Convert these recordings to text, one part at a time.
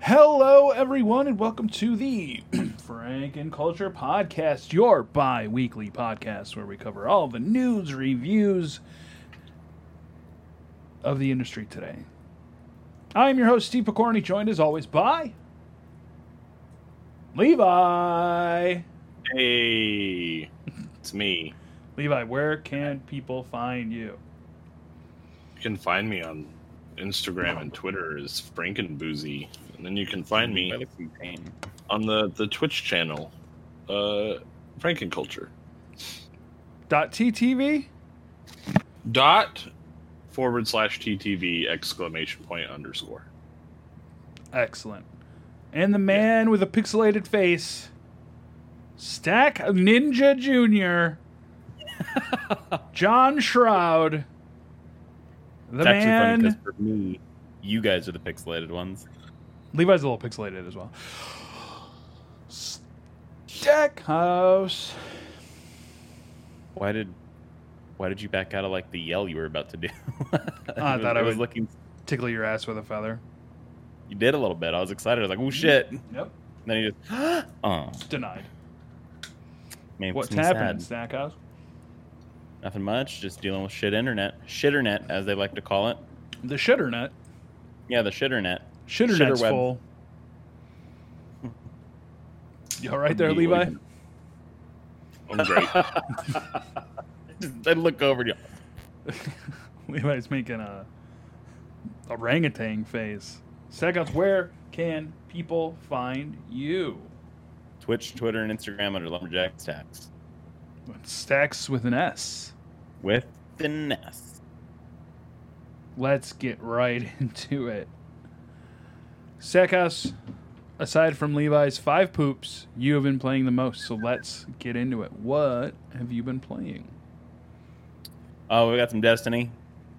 Hello, everyone, and welcome to the Frank and Culture Podcast, your bi weekly podcast where we cover all the news, reviews of the industry today. I am your host, Steve Picorni, joined as always by Levi. Hey, it's me. Levi, where can people find you? You can find me on Instagram and Twitter as Frankenboozy, and then you can find me on the the Twitch channel, uh, Frankenculture Dot TTV? dot forward slash TTV exclamation point underscore. Excellent. And the man with a pixelated face, Stack Ninja Jr., John Shroud, the It's actually funny man. because for me, you guys are the pixelated ones. Levi's a little pixelated as well. Stackhouse. Why did why did you back out of like the yell you were about to do? I was- thought I was would- looking. Tickle your ass with a feather. You did a little bit. I was excited. I was like, "Oh shit!" And Yep. then you just, "Oh Denied. man, What's it's me sad. happening, Stackhouse? Nothing much. Just dealing with shit internet, shitternet as they like to call it. The shitternet. Yeah, the shitternet. Shitternet's Shitterweb. full. You all right there, You Levi? wouldn't. I'm great. I look over to you. Levi's making a orangutan face. Seconds, where can people find you? Twitch, Twitter, and Instagram under Lumberjack Stacks Stacks with an S. with finesse. Let's get right into it. Stackhouse, aside from Levi's five poops, you have been playing the most, so let's get into it. What have you been playing? Oh, we got some Destiny,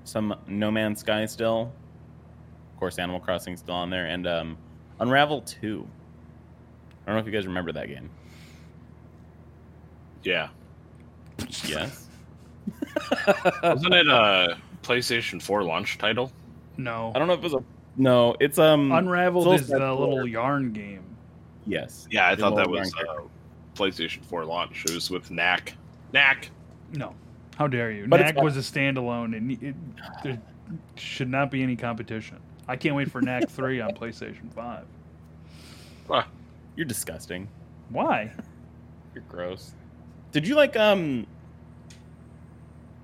some No Man's Sky still. Of course, Animal Crossing still on there, and um, Unravel Two. I don't know if you guys remember that game. Yeah, Yes. Oh. wasn't it a PlayStation 4 launch title? No. I don't know if it was a no. It's um Unraveled Soul is the Stone four. little yarn game. yes. Yeah, I The thought that little was yarn uh, PlayStation 4 launch. It was with Knack. Knack. No. How dare you? But it's Knack fun. was a standalone, and it, there should not be any competition. I can't wait for Knack 3 on PlayStation 5. Ah, You're disgusting. Why? You're gross. Did you like um?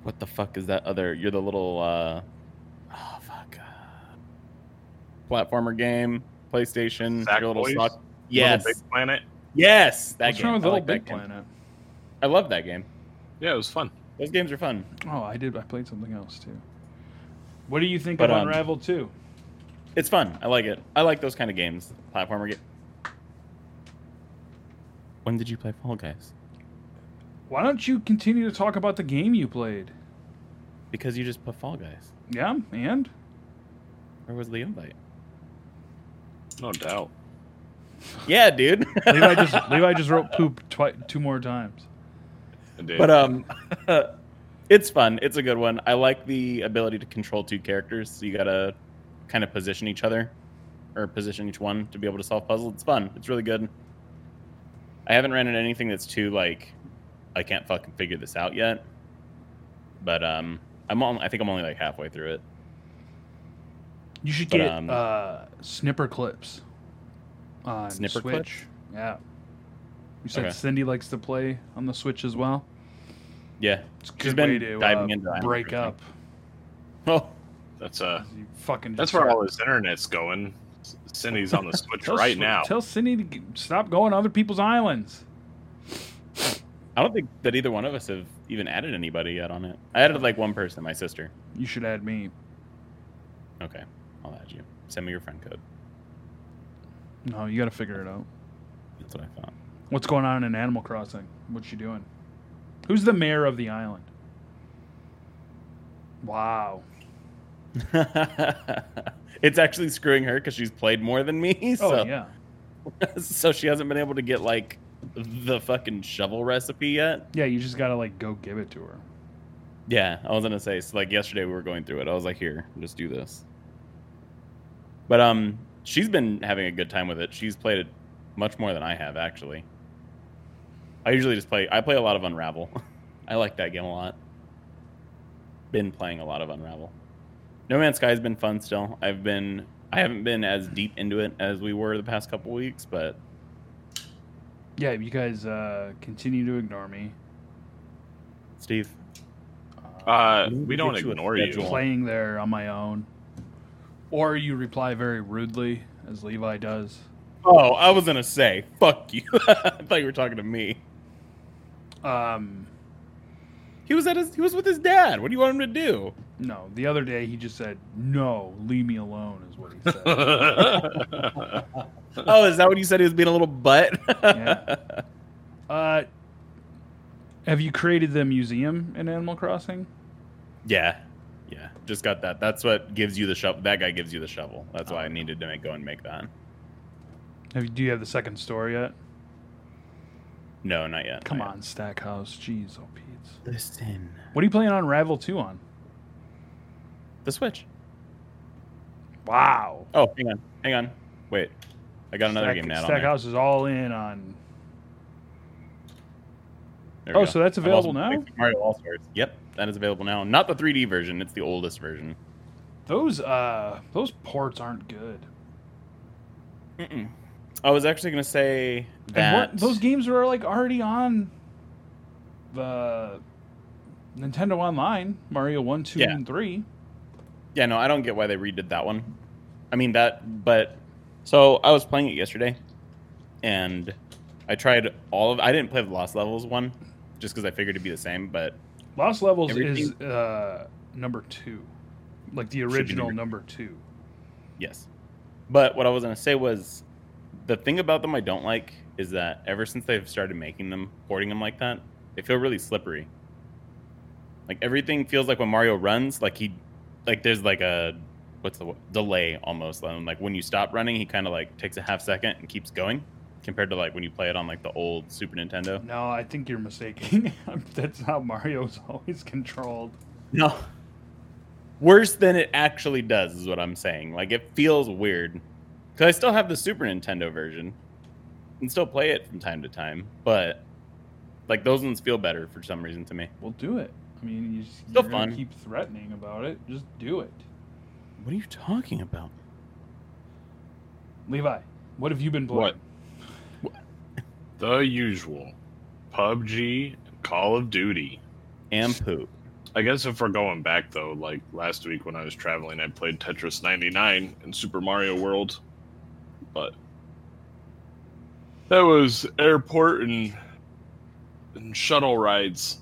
What the fuck is that other? You're the little uh, oh fuck, uh, platformer game, PlayStation. Sack your little Boys? sock- Little Yes. Little Big Planet. Yes, that What's game. wrong with I Little like that Big game. Planet? I love that game. Yeah, it was fun. Those games are fun. Oh, I did. I played something else, too. What do you think But, of um, Unraveled 2? It's fun. I like it. I like those kind of games. Platformer game. When did you play Fall Guys? Why don't you continue to talk about the game you played? Because you just put Fall Guys. Yeah, and? Where was the invite? No doubt. Yeah, dude. Levi just, Levi just wrote poop twi- two more times. It did. but um, it's fun. It's a good one. I like the ability to control two characters. So you gotta kind of position each other, or position each one to be able to solve puzzles. It's fun. It's really good. I haven't ran into anything that's too like, I can't fucking figure this out yet. But um, I'm on. I think I'm only like halfway through it. You should But, get um, uh, snipper clips on Snipper Switch. clips? Yeah. You said Okay. Cindy likes to play on the Switch as well. Yeah, It's a She's good been way to diving uh, into Animal break Crossing. up. Oh, that's uh, You fucking. that's just where start- all this internet's going. S- Cindy's on the Switch Tell right Sw- now. Tell Cindy to g- stop going to other people's islands. I don't think that either one of us have even added anybody yet on it. I added like one person, my sister. You should add me. Okay, I'll add you. Send me your friend code. No, you got to figure it out. That's what I thought. What's going on in Animal Crossing? What you doing? Who's the mayor of the island? Wow. it's actually screwing her because she's played more than me. So, Oh yeah. so she hasn't been able to get like the fucking shovel recipe yet. Yeah, you just gotta like go give it to her. Yeah, I was gonna say. So like yesterday we were going through it. I was like, here, just do this. But um, she's been having a good time with it. She's played it much more than I have actually. I usually just play. I play a lot of Unravel. I like that game a lot. Been playing a lot of Unravel. No Man's Sky has been fun still. I've been. I haven't been as deep into it as we were the past couple weeks, but Yeah, you guys uh, continue to ignore me. Steve, Uh, Maybe we don't get you a ignore you. schedule. playing there on my own. Or you reply very rudely, as Levi does. Oh, I was gonna say, fuck you. I thought you were talking to me. Um, He was at his. He was with his dad. What do you want him to do? no, the other day he just said, "No, leave me alone," is what he said. I Oh, is that what you said? He was being a little butt. Yeah. uh, have you created the museum in Animal Crossing? yeah, yeah. Just got that. That's what gives you the shovel. That guy gives you the shovel. That's Oh. why I needed to make, go and make that. Have you, do you have the second store yet? No, not yet. Come not on, Stackhouse. Jeez, oh Pete's. yet. Listen. What are you playing on Ravel Two on? The switch. Wow. Oh, hang on, hang on. Wait, I got another Stack- game now. Stackhouse is all in on. Oh, so that's available now? Mario All Stars. Yep, that is available now. Not the 3D version. It's the oldest version. Those uh, those ports aren't good. Mm-mm. I was actually gonna say And that what, those games were like already on the Nintendo Online, Mario One, Two, Yeah. and Three. yeah, no, I don't get why they redid that one. I mean that, but so I was playing it yesterday, and I tried all of. I didn't play the Lost Levels one, just because I figured it'd be the same. But Lost Levels is Everything- uh, number two, like the Should be original number number two. yes, but what I was gonna say was, the thing about them I don't like is that ever since they've started making them, porting them like that, they feel really slippery. Like everything feels like when Mario runs, like he, like there's like a what's the wo- delay almost. Um, Like when you stop running, he kind of like takes a half second and keeps going, compared to like when you play it on like the old Super Nintendo. No, I think you're mistaken. That's how Mario's always controlled. No. Worse than it actually does is what I'm saying. Like it feels weird. Cause I still have the Super Nintendo version. And still play it from time to time, but like those ones feel better for some reason to me. Well, do it. I mean, you just, Still you're gonna fun. keep threatening about it. Just do it, What are you talking about? Levi. What have you been playing? What? the usual PUBG, Call of Duty. And poop. I guess if we're going back though, like last week when I was traveling, I played Tetris 99 and Super Mario World, but that was airport and and shuttle rides.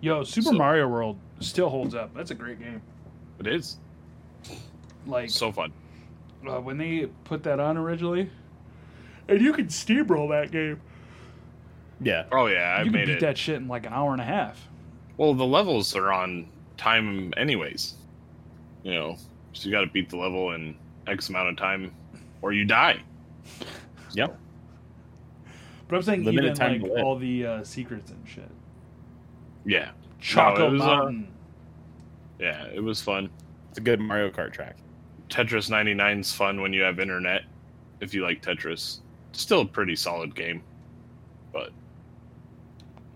Yo, Super So- Mario World still holds up. That's a great game. It is Like so fun. uh, when they put that on originally, and you can steamroll that game. Yeah. Oh yeah, I you can made beat it. that shit in like an hour and a half. Well, the levels are on time anyways. You know, so you got to beat the level in X amount of time, or you die. Yep. But I'm saying Limited even time to like live. all the uh, secrets and shit. Yeah, Choco was, uh, Mountain. yeah, it was fun. It's a good Mario Kart track. Tetris 99's fun when you have internet, if you like Tetris. Still a pretty solid game. But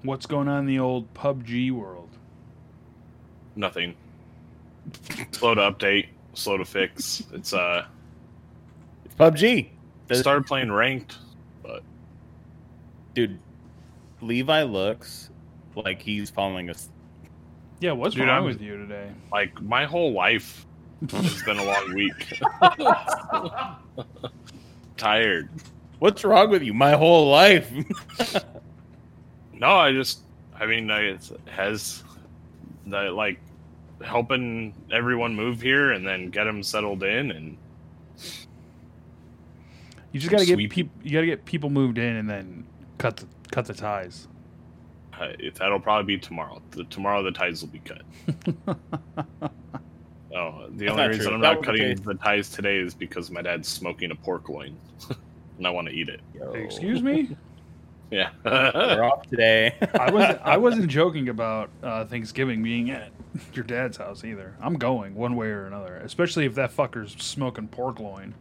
What's going on in the old PUBG world? nothing. slow to update, slow to fix. It's uh It's PUBG. Does- started playing ranked. Dude, Levi looks like he's following us. Yeah, what's Dude, wrong I'm- with you today? Like my whole life has been a long week. Tired. What's wrong with you? My whole life. No, I just, I mean, I, it has that like helping everyone move here and then get them settled in, and You just gotta get Sweet. people. You gotta get people moved in and then cut the cut the ties. uh, it, that'll probably be tomorrow. The, tomorrow the ties will be cut. Oh, the That's only not reason true. I'm That not was cutting okay. the ties today is because my dad's smoking a pork loin, and I want to eat it. Oh. Excuse me. Yeah, We're off today. I wasn't. I wasn't joking about uh, Thanksgiving being at your dad's house either. I'm going one way or another, especially if that fucker's smoking pork loin.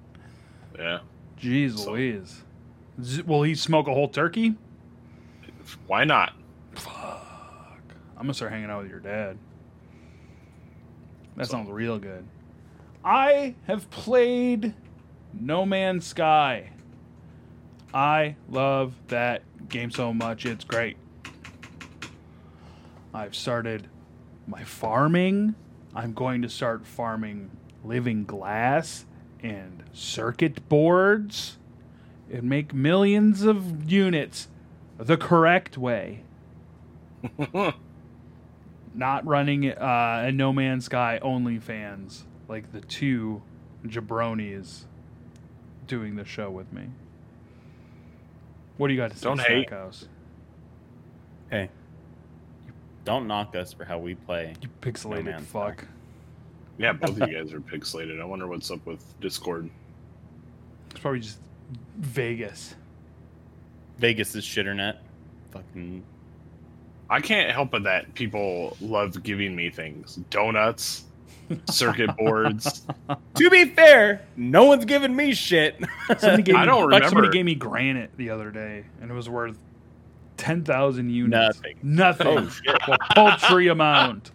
Yeah. Jeez So- Louise. Z- will he smoke a whole turkey? Why not? Fuck. I'm gonna start hanging out with your dad. That So- sounds real good. I have played No Man's Sky. I love that game so much. It's great. I've started my farming. I'm going to start farming living glass and circuit boards and make millions of units the correct way not running uh, a No Man's Sky OnlyFans like the two jabronis doing the show with me. What do you got to say, Don't hate. Stackhouse? Hey, don't knock us for how we play. You pixelated No Man's fuck. yeah, both of you guys are pixelated. I wonder what's up with Discord. It's probably just Vegas. Vegas is shitternet. Fucking I can't help but that people love giving me things donuts, circuit boards. To be fair, no one's giving me shit. Somebody gave I me, don't fuck, Somebody remember. gave me granite the other day, and it was worth ten thousand units. Nothing. Nothing. Oh, shit. A paltry amount.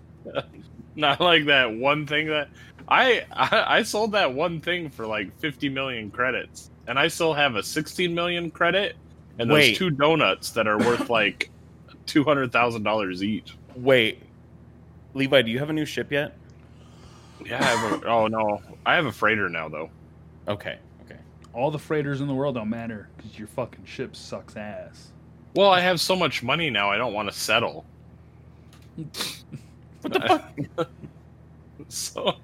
Not like that one thing that I, I I sold that one thing for like 50 million credits, and I still have a 16 million credit and those Wait. two donuts that are worth like two hundred thousand dollars each. Wait, Levi, do you have a new ship yet? Yeah. I have a, oh no, I have a freighter now though. Okay, okay. All the freighters in the world don't matter because your fucking ship sucks ass. Well, I have so much money now. I don't want to settle. What the fuck? So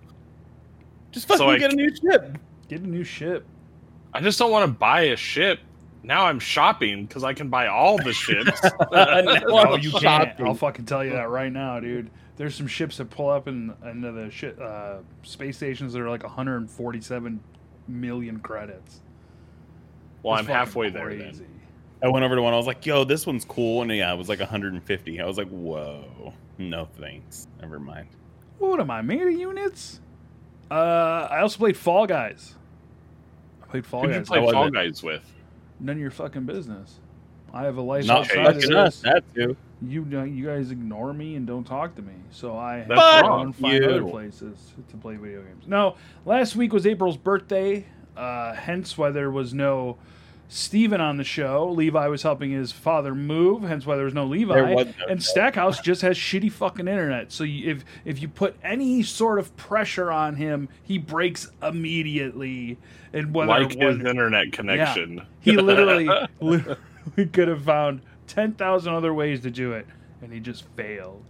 Just So fucking I- get a new ship. Get a new ship. I just don't want to buy a ship. Now I'm shopping because I can buy all the ships. Oh, no, you can't. I'll fucking tell you that right now, dude. There's some ships that pull up in into the shit uh, space stations that are like 147 million credits. well, It's I'm fucking halfway there. Then. crazy. I went over to one. I was like, "Yo, this one's cool," and yeah, it was like 150. I was like, "Whoa, no thanks. Never mind." What am I made of units? Uh, I also played Fall Guys. I played Fall Who'd you Guys. play how was Fall it? Guys with? None of your fucking business. I have a life Not okay. outside of fucking us. this. That too. You you guys ignore me and don't talk to me, so I have That's to go wrong. and find You. other places to play video games. No, last week was April's birthday, uh, hence why there was no Steven on the show. Levi was helping his father move, hence why there was no Levi. There was no and show. Stackhouse just has shitty fucking internet. So you, if if you put any sort of pressure on him, he breaks immediately. And whether like it his was- internet connection. he literally, literally could have found 10,000 other ways to do it, and he just failed.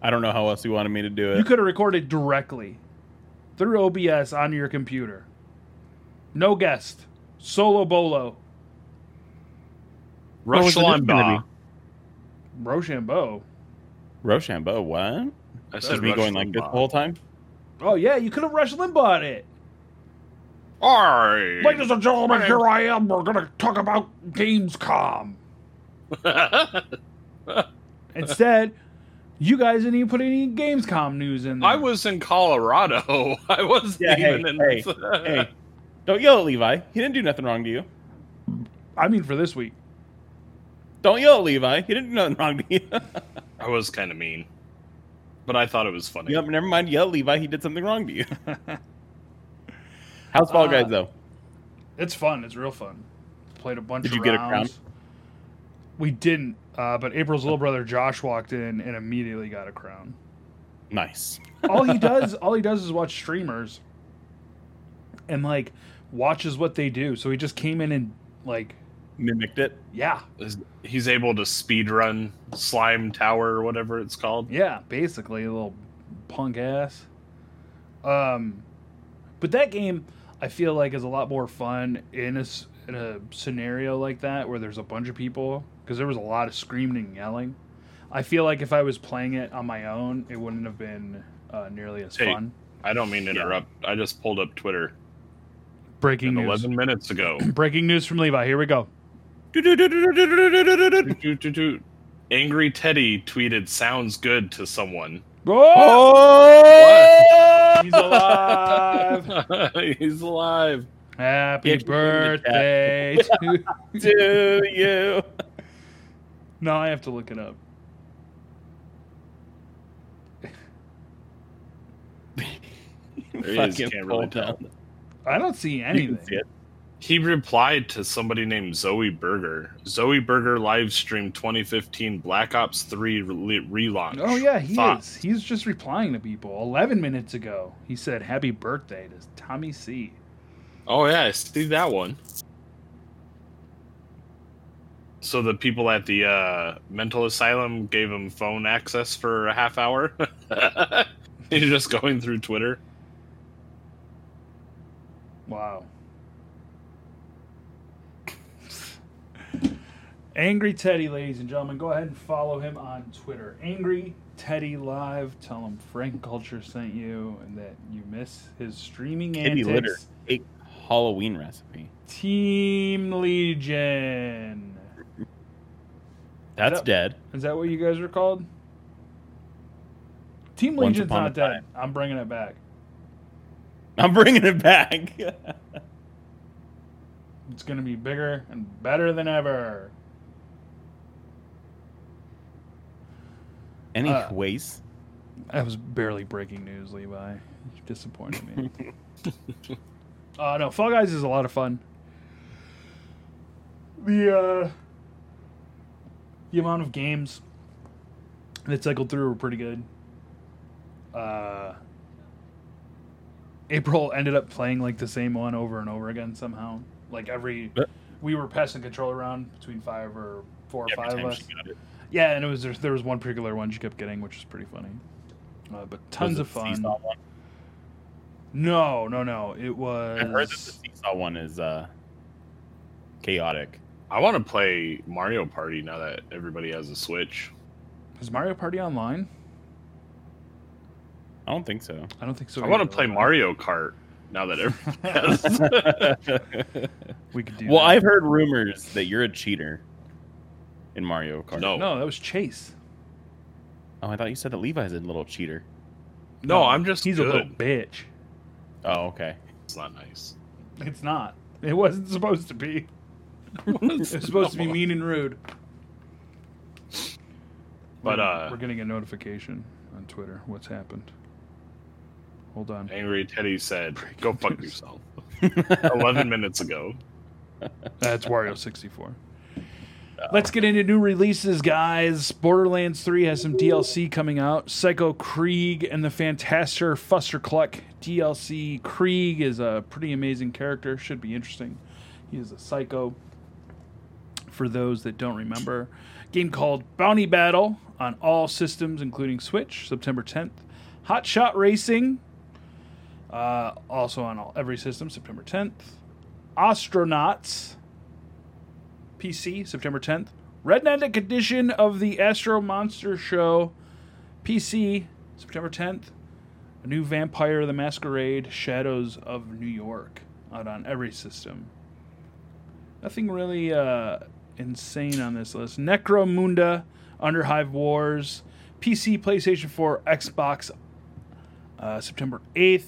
I don't know how else you wanted me to do it. You could have recorded directly through OBS on your computer. No guest. Solo bolo. What Rush was the difference gonna Limbaugh. be? Rochambeau. Rochambeau. What? I Just me Rush going like this the Limbaugh. whole time? Oh, yeah, you could have Rush Limbaugh at it. Arr! Ladies and gentlemen, here I am. We're going to talk about Gamescom. Instead, you guys didn't even put any Gamescom news in there. I was in Colorado. I wasn't Yeah, hey, even in. hey, Hey, don't yell at Levi. He didn't do nothing wrong to you. I mean, for this week. Don't yell at Levi. He didn't do nothing wrong to you. I was kind of mean, but I thought it was funny. Yep, never mind. Yell, Levi. He did something wrong to you. How's Fall Uh, Guys though? It's fun. It's real fun. Played a bunch. Did of you get a rounds. We didn't, uh, but April's little brother Josh walked in and immediately got a crown. Nice. All he does, all he does, is watch streamers, and like watches what they do. So he just came in and like, Mimicked it. yeah, Is- He's able to speed run Slime Tower or whatever it's called. yeah, basically a little punk ass. Um, but that game, I feel like, is a lot more fun in a s- in a scenario like that where there's a bunch of people because there was a lot of screaming and yelling. I feel like if I was playing it on my own, it wouldn't have been uh, nearly as Hey. fun. I don't mean to interrupt. I just pulled up Twitter Breaking and news! 11 minutes ago. Breaking news from Levi. Here we go. Doot, doot, doot, doot. Angry Teddy tweeted, "Sounds good" to someone. Oh, Oh! he's alive. He's alive. Happy actually named it birthday to Do you? No, I have to look it up. There it is, Fucking can't really pulled tell. down. I don't see You can anything. see it. He replied to somebody named Zoe Berger. Zoe Berger live streamed 2015 Black Ops 3 re- relaunch. Oh yeah, he Thoughts? is. He's just replying to people. Eleven minutes ago, he said "Happy birthday" to Tommy C. Oh yeah, I see that one. So the people at the uh, mental asylum gave him phone access for a half hour. He's just going through Twitter. Wow. Angry Teddy, ladies and gentlemen, go ahead and follow him on Twitter. Angry Teddy Live. Tell him Frank Culture sent you and that you miss his streaming Kitty antics. litter. A Halloween recipe. Team Legion. That's Yep. dead. Is that what you guys are called? Team Once Legion's upon a not dead. I'm bringing it back. I'm bringing it back. It's going to be bigger and better than ever. Uh, Anyways, That was barely breaking news, Levi. You disappointed me. uh, no, Fall Guys is a lot of fun. The uh, the amount of games that cycled through were pretty good. Uh, April ended up playing like the same one over and over again somehow. Like every But- we were passing control around between five or four or Every five of time us. she got it. Yeah, and it was there was one particular one she kept getting, which is pretty funny. Uh, but tons Was it of the fun. seesaw one? No, no, no. It was. I heard that the seesaw one is uh, chaotic. I want to play Mario Party now that everybody has a Switch. Is Mario Party online? I don't think so. I don't think so. I want either, to play right? Mario Kart now that everybody has. We could do. well, that. I've heard rumors that you're a cheater in Mario Kart. No. no, that was Chase. Oh, I thought you said that Levi's a little cheater. No, I'm just He's good. a little bitch. Oh, okay. It's not nice. It's not. It wasn't supposed to be. It's supposed to be mean and rude. But, uh, we're getting a notification on Twitter. What's happened? Hold on. Angry Teddy said, "Go fuck news. yourself." Eleven minutes ago. That's Wario 64. Let's get into new releases, guys. Borderlands 3 has some DLC coming out. Psycho Krieg and the Fantaster Fustercluck DLC. Krieg is a pretty amazing character, should be interesting. He is a psycho. For those that don't remember, game called Bounty Battle on all systems, including Switch, September 10th. Hot Shot Racing, uh, also on all, every system, September 10th. Astronauts, PC, September 10th. Redneck edition of the Astro Monster Show, PC, September 10th. A new Vampire the Masquerade, Shadows of New York, out on every system. Nothing really uh, insane on this list. Necromunda, Underhive Wars, PC, PlayStation 4, Xbox, uh, September 8th.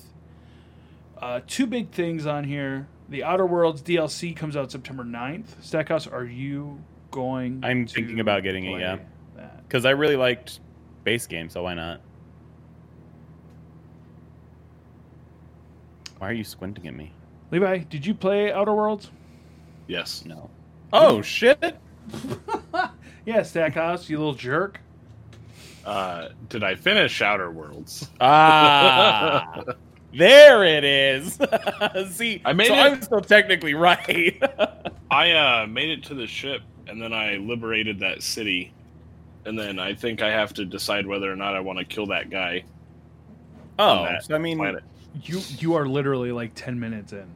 Uh, two big things on here. The Outer Worlds DLC comes out September 9th. Stackhouse, are you going? I'm to thinking about getting it, play yeah. that? Because I really liked base game, so why not? Why are you squinting at me? Levi, did you play Outer Worlds? Yes. No. Oh shit! Yeah, Stackhouse, you little jerk. Uh, did I finish Outer Worlds? Ah, there it is. See, I made so it. I'm still technically right. I uh, made it to the ship, and then I liberated that city, and then I think I have to decide whether or not I want to kill that guy. oh, that so I mean, Planet. You you are literally like ten minutes in.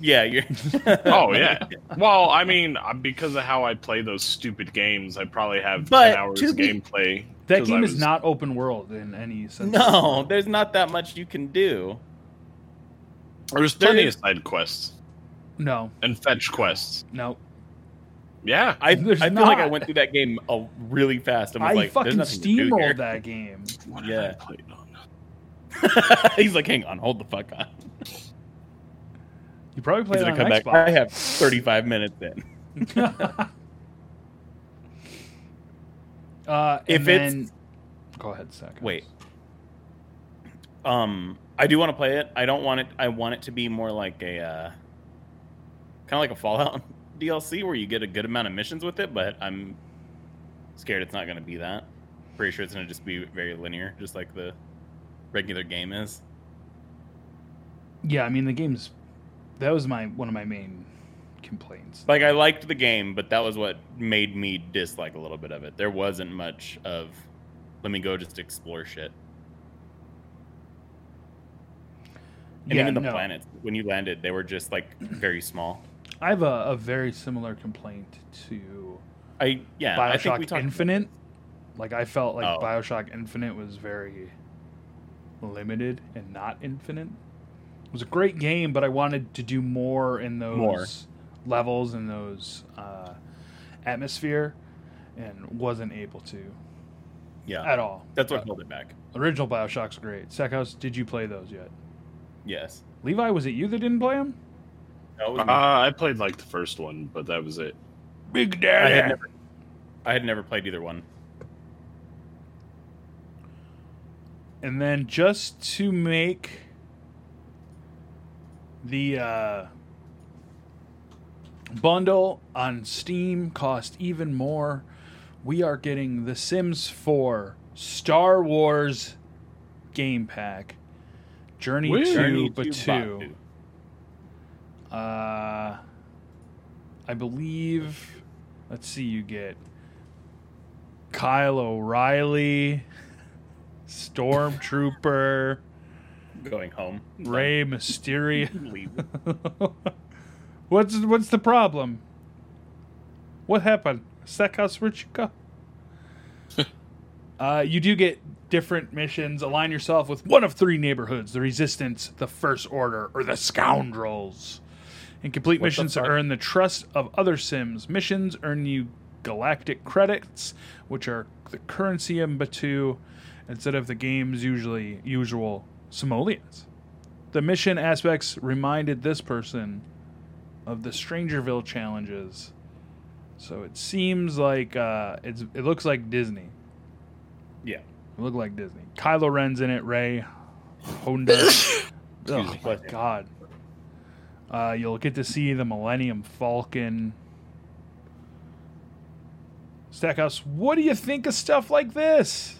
yeah, you're. Oh yeah. Well, I mean, uh, because of how I play those stupid games, I probably have But ten hours to be- gameplay. That 'cause I game is was- not open world in any sense. No, there's not that much you can do. There's there plenty of is- side quests no, and fetch quests. no. Yeah. I, I There's feel like I not. went through that game a, really fast. and was I like, fucking there's nothing to do here. steamrolled that game. What Yeah. have I played on? He's like, hang on, hold the fuck on. You probably He's played it gonna on come back. Xbox. I have 35 minutes in. uh, and If it's- then, go ahead, second. Wait. Um, I do want to play it. I don't want it. I want it to be more like a uh, kind of like a Fallout DLC where you get a good amount of missions with it. But I'm scared it's not going to be that. Pretty sure it's going to just be very linear, just like the regular game is. Yeah, I mean the game's that was my one of my main complaints. Like I liked the game, but that was what made me dislike a little bit of it. There wasn't much of let me go just explore shit. And yeah, even the no, planets when you landed, they were just like very small. I have a, a very similar complaint to I yeah, I think we Bioshock talked about Infinite. Like I felt like Oh. Bioshock Infinite was very limited and not infinite. It was a great game, but I wanted to do more in those More. levels and those uh, atmosphere, and wasn't able to Yeah, at all. that's what Uh, held it back. original Bioshock's great. Sekhouse, did you play those yet? Yes. Levi, was it you that didn't play them? That was- Uh, I played like the first one, but that was it. Big I, had Daddy. never, I had never played either one. And then just to make the uh, bundle on Steam cost even more, we are getting The Sims 4 Star Wars game pack. Journey Woo. to Journey to Batu. Batuu. Uh, I believe. Let's see. You get Kyle O'Reilly, Stormtrooper, Going home. Ray Mysterio. Leave. what's what's the problem? What happened? Stackhouse, where'd you go? uh, you do get different missions. Align yourself with one of three neighborhoods: the Resistance, the First Order, or the Scoundrels. And complete What the missions to fuck? earn the trust of other Sims. Missions earn you galactic credits, which are the currency in Batu, instead of the game's usually usual simoleons. The mission aspects reminded this person of the Strangerville challenges. So it seems like uh, it's it looks like Disney. Yeah. It looked like Disney. Kylo Ren's in it. Ray, Honda. oh me. my god. Uh, you'll get to see the Millennium Falcon. Stackhouse, what do you think of stuff like this?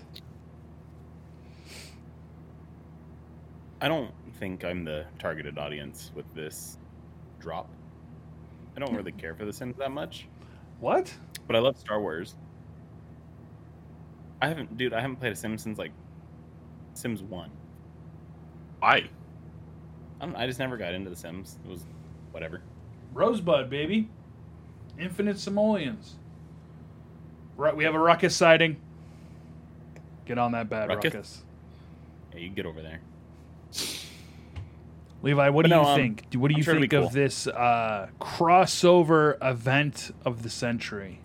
I don't think I'm the targeted audience with this drop. I don't really care for the Sims that much, What? but I love Star Wars. I haven't, dude. I haven't played a Sim since like Sims One. Why? I don't. I just never got into the Sims. It was whatever. Rosebud, baby. Infinite simoleons. Right, we have a ruckus sighting. Get on that bad ruckus. Ruckus? Yeah, you get over there. Levi, what But do no, you um, think? Do- What do I'm you sure it'll be think of cool. this uh, crossover event of the century?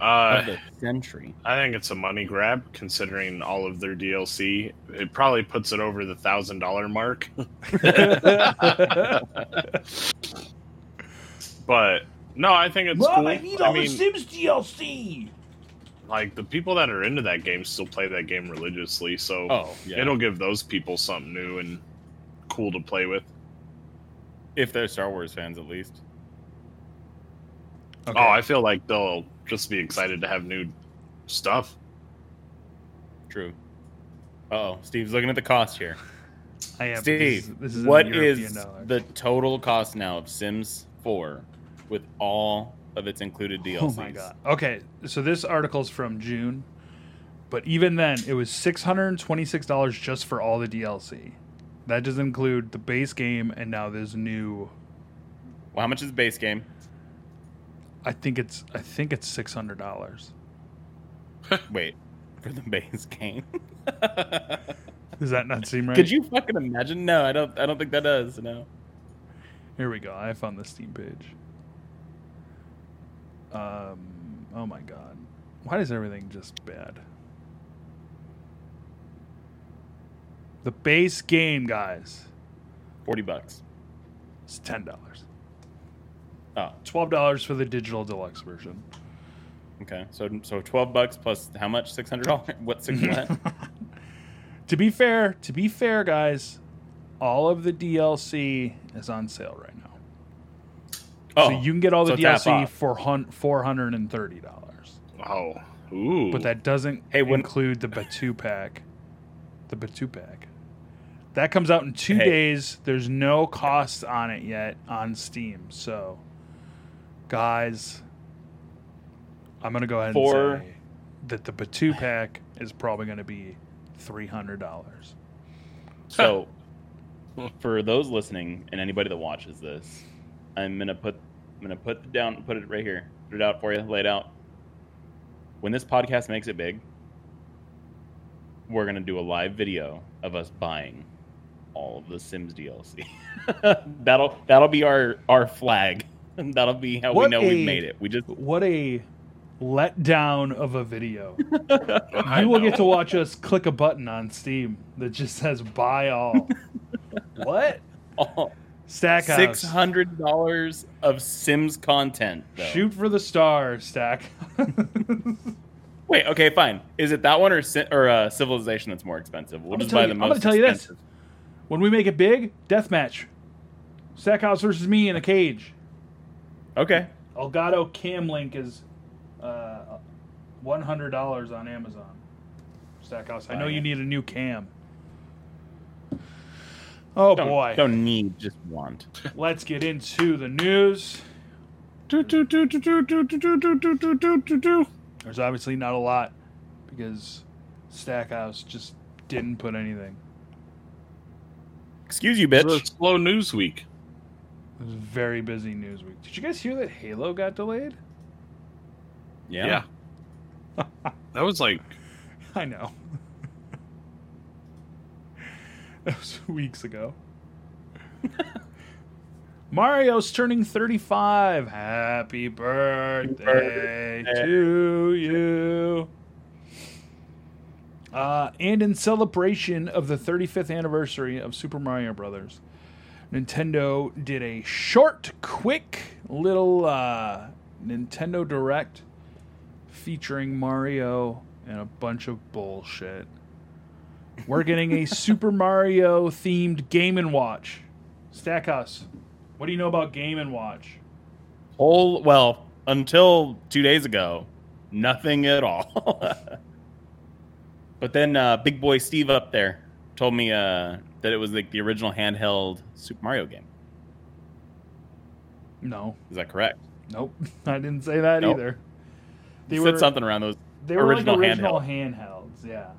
Uh, Of the century. I think it's a money grab considering all of their DLC. It probably puts it over the thousand dollar mark. But no, I think it's cool. mean, Sims DLC. like the people that are into that game still play that game religiously, so Oh, yeah. it'll give those people something new and cool to play with. if they're Star Wars fans, at least. Okay. Oh, I feel like they'll just be excited to have new stuff. True. Oh, Steve's looking at the cost here. I am. Steve, this is, this is what in European is dollars. the total cost now of Sims 4 with all of its included DLCs? Oh my god. Okay, so this article's from June, but even then, it was six hundred and twenty-six dollars just for all the DLC. That does include the base game and now this new. Well, how much is the base game? I think it's I think it's six hundred dollars. Wait, for the base game? Does that not seem right? Could you fucking imagine? No, I don't. I don't think that does. No. Here we go. I found the Steam page. Um. Oh my god. Why is everything just bad? The base game, guys. Forty bucks. It's ten dollars. Oh, Twelve dollars for the digital deluxe version. okay. So so twelve bucks plus how much? Six hundred dollars. What six? what? to be fair, to be fair, guys, all of the DLC is on sale right now. Oh, so you can get all the so it's half DLC off. for hun- four hundred and thirty dollars. Oh, ooh. But that doesn't Hey, when- include the Batu pack. The Batu pack. That comes out in two Hey. days. There's no cost on it yet on Steam. So, guys, I'm going to go ahead For- and say that the Batu pack is probably going to be $300. So, for those listening and anybody that watches this, I'm gonna put I'm gonna put it down, put it right here, put it out for you, lay it out. When this podcast makes it big, we're gonna do a live video of us buying all of the Sims DLC. that'll that'll be our our flag. That'll be how What we know a- we've made it. We just What a letdown of a video. I you will know. get to watch us click a button on Steam that just says buy all. what? all Stackhouse. six hundred dollars of Sims content. though. Shoot for the stars, Stack. Wait, okay, fine. Is it that one or Ci- or uh, Civilization that's more expensive? We'll I'm gonna just tell buy you- the I'm most. gonna tell you this. expensive. when we make it big, deathmatch. Stackhouse versus me in a cage. Okay, Elgato Cam Link is uh, $100 on Amazon. Stackhouse, I know Buy you it. need a new cam. Oh don't, boy. don't need, just want. Let's get into the news. Do, do, do, do, do, do, do, do, do, do, do, do, do. There's obviously not a lot because Stackhouse just didn't put anything. Excuse you, It's a bitch. slow news week. It was a very busy news week. Did you guys hear that Halo got delayed? Yeah. that was like I know. that was weeks ago. Mario's turning 35. Happy birthday, birthday. to you. Uh, and in celebration of the 35th anniversary of Super Mario Brothers, Nintendo did a short, quick little uh, Nintendo Direct featuring Mario and a bunch of bullshit. We're getting a Super Mario themed Game and Watch. Stackhouse, what do you know about Game and Watch? Whole well, until two days ago, nothing at all. but then uh, Big Boy Steve up there told me uh, that it was like the original handheld Super Mario game. No, Is that correct? nope, I didn't say that Nope. either. They They said were something around those. they were original like original handhelds. Yeah,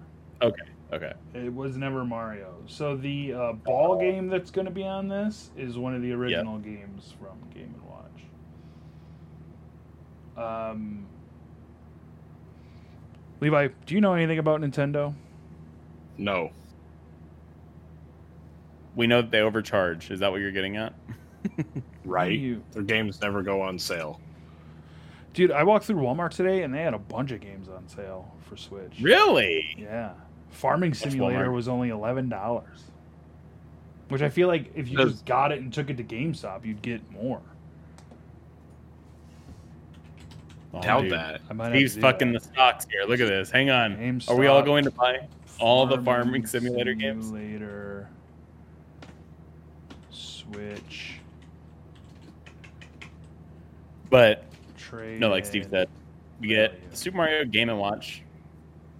Okay. it was never Mario. So the uh, ball Oh. game that's going to be on this is one of the original games from Game and Watch. Um, Levi, do you know anything about Nintendo? no. We know that they overcharge. Is that what you're getting at? Right? You- Their games never go on sale. Dude, I walked through Walmart today and they had a bunch of games on sale for Switch. Really? Yeah. Farming Simulator Walmart. was only eleven dollars. Which I feel like if you Does- just got it and took it to GameStop, you'd get more. Oh, Doubt dude. that. I might have to Steve's do fucking that. the stocks here. Look at this. Hang on. Game Are we all stock, going to buy? all the Farming Simulator games? Simulator, Switch, But trade. no, like Steve said, we get Really? Super Mario Game and Watch.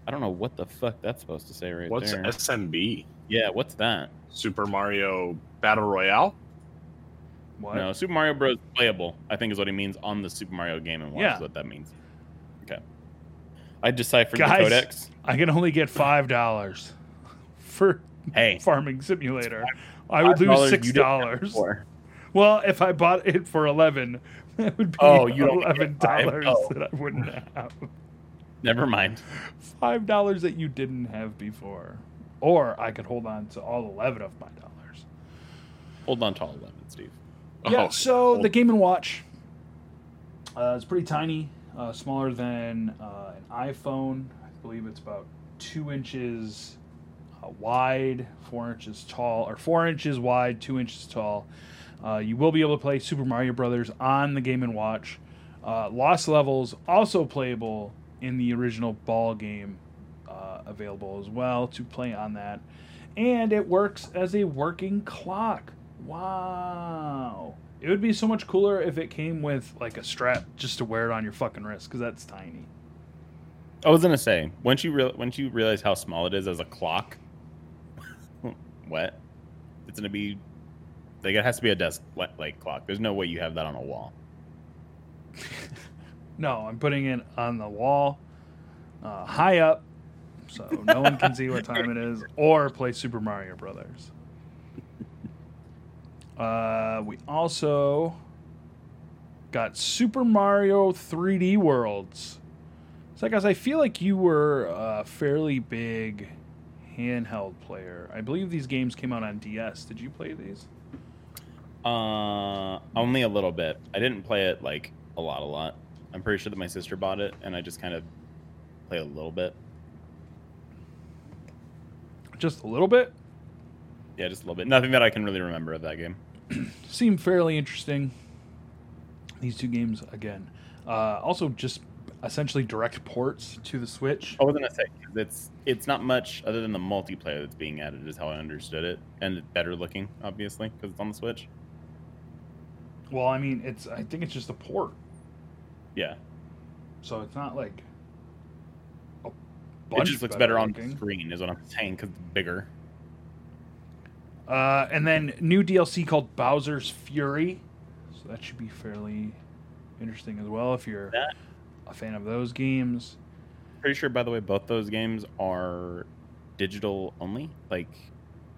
I don't know what the fuck that's supposed to say right What's there. SMB? yeah, what's that? Super Mario Battle Royale? What? No, Super Mario Bros. playable. I think is what he means on the Super Mario Game and Watch. Yeah. Is what that means. Okay. I deciphered Guys. the codex. I can only get five dollars for Hey, Farming Simulator. I would lose $5 you six didn't have dollars. before. Well, if I bought it for eleven, that would be Oh, you don't get eleven dollars five. Oh. that I wouldn't have. Never mind. Five dollars that you didn't have before, or I could hold on to all eleven of my dollars. Hold on to all eleven, Steve. Yeah. Oh, so hold- the Game and Watch uh, is pretty tiny, uh, smaller than uh, an iPhone. I believe it's about two inches uh, wide, four inches tall, or four inches wide, two inches tall. Uh, you will be able to play Super Mario Brothers on the Game and Watch. Uh, lost levels also playable in the original ball game, uh, available as well to play on that, and it works as a working clock. Wow! It would be so much cooler if it came with like a strap just to wear it on your fucking wrist because that's tiny. I was gonna say once you real once you realize how small it is as a clock, what? It's gonna be like it has to be a desk li- like clock. There's no way you have that on a wall. No, I'm putting it on the wall, uh, high up, so no one can see what time it is, or play Super Mario Brothers. Uh, we also got Super Mario 3D Worlds. So, guys, I feel like you were a fairly big handheld player. I believe these games came out on DS. Did you play these? Uh, only a little bit. I didn't play it like a lot, a lot. I'm pretty sure that my sister bought it, and I just kind of played a little bit. Just a little bit. Yeah, just a little bit. Nothing that I can really remember of that game. seem fairly interesting. These two games again, uh, also just essentially direct ports to the Switch. I was gonna say 'cause it's it's not much other than the multiplayer that's being added is how I understood it, and it's better looking, obviously, because it's on the Switch. Well, I mean, it's I think it's just a port, Yeah, so it's not like a it bunch just looks better, on looking. screen, is what I'm saying, because it's bigger. Uh, and then new DLC called Bowser's Fury, so that should be fairly interesting as well if you're That- a fan of those games. Pretty sure, by the way, both those games are digital only, like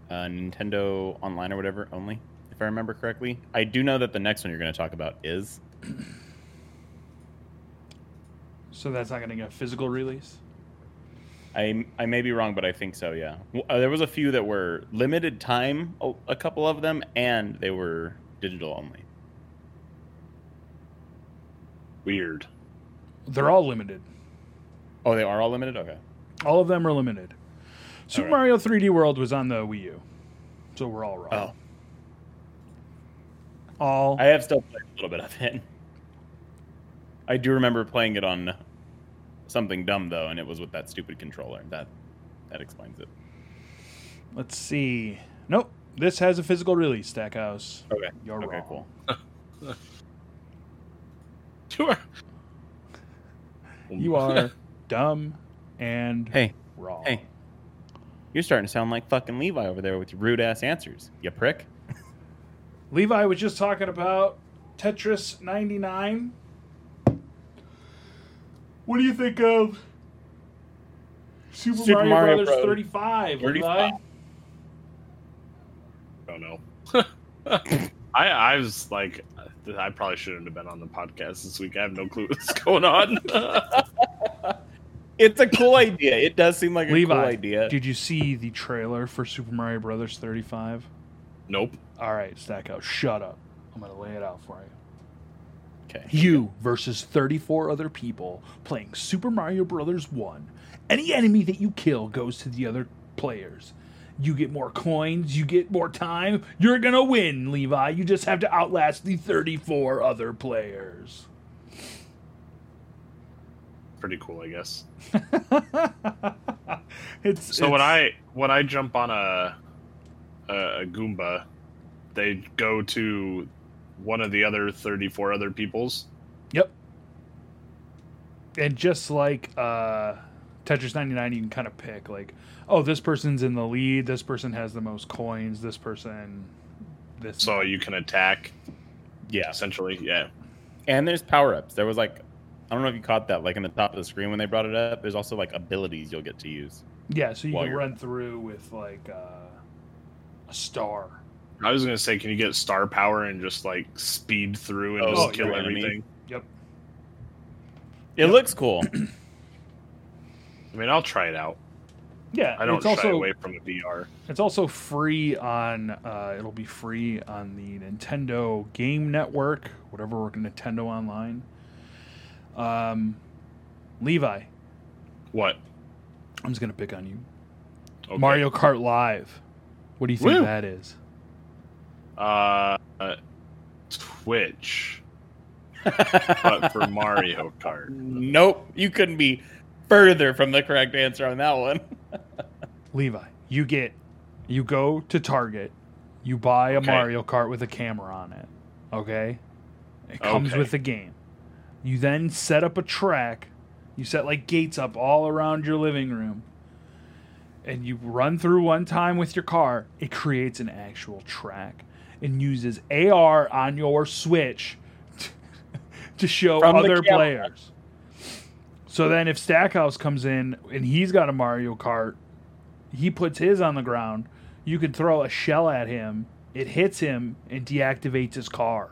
uh, Nintendo Online or whatever only, if I remember correctly. I do know that the next one you're gonna talk about is So that's not going to get a physical release. I I may be wrong, but I think so. Yeah, W- uh, there was a few that were limited time, a, a couple of them, and they were digital only. Weird. They're all limited. Oh, they are all limited. Okay. All of them are limited. Super Alright. Mario 3D World was on the Wii U, so we're all wrong. Oh, All I have still played a little bit of it. I do remember playing it on something dumb though, and it was with that stupid controller. That that explains it. Let's see. Nope. This has a physical release, Stackhouse. Okay. You're Okay. wrong. Cool. You are. You are dumb and Hey, wrong. hey. You're starting to sound like fucking Levi over there with your rude ass answers. You prick. Levi was just talking about Tetris 99. What do you think of Super, Super Mario, Mario Brothers Bros. 35, Levi? 35. don't know. I I was like, I probably shouldn't have been on the podcast this week. I have no clue what's going on. It's a cool idea. It does seem like a Levi, cool idea. did you see the trailer for Super Mario Brothers 35? nope. All right, Stackhouse, shut up. I'm going to lay it out for you. Okay. You versus 34 other people playing Super Mario Brothers 1. Any enemy that you kill goes to the other players. You get more coins, you get more time. You're going to win, Levi. You just have to outlast the 34 other players. Pretty cool, I guess. it's So when I when I jump on a, a a Goomba, they go to one of the other thirty four other people's. Yep. And just like uh, Tetris 99, you can kind of pick like, oh, this person's in the lead. This person has the most coins. This person, this. So you can attack Yeah. essentially. Yeah. And there's power ups. There was like, I don't know if you caught that, like in the top of the screen when they brought it up. There's also like abilities you'll get to use. yeah, so you While can you're- run through with like uh, a star. I was gonna say, can you get star power and just like speed through and Oh, just yeah. kill your enemy. everything? Yep. It looks cool. I mean, I'll try it out. Yeah, I don't it's shy also away from the VR. it's also free on uh, it'll be free on the Nintendo Game Network, whatever we're Nintendo Online. Um, Levi, What? I'm just gonna pick on you. Okay. Mario Kart Live. What do you think Woo. that is? Uh, uh, Twitch, but for Mario Kart. nope, you couldn't be further from the correct answer on that one. Levi, you get, you go to Target, you buy a Okay. Mario Kart with a camera on it. Okay, it comes Okay. with the game. You then set up a track. You set like gates up all around your living room, and you run through one time with your car. It creates an actual track and uses AR on your Switch to show From the other camera. players. So then, if Stackhouse comes in and he's got a Mario Kart, he puts his on the ground. You can throw a shell at him. It hits him and deactivates his car.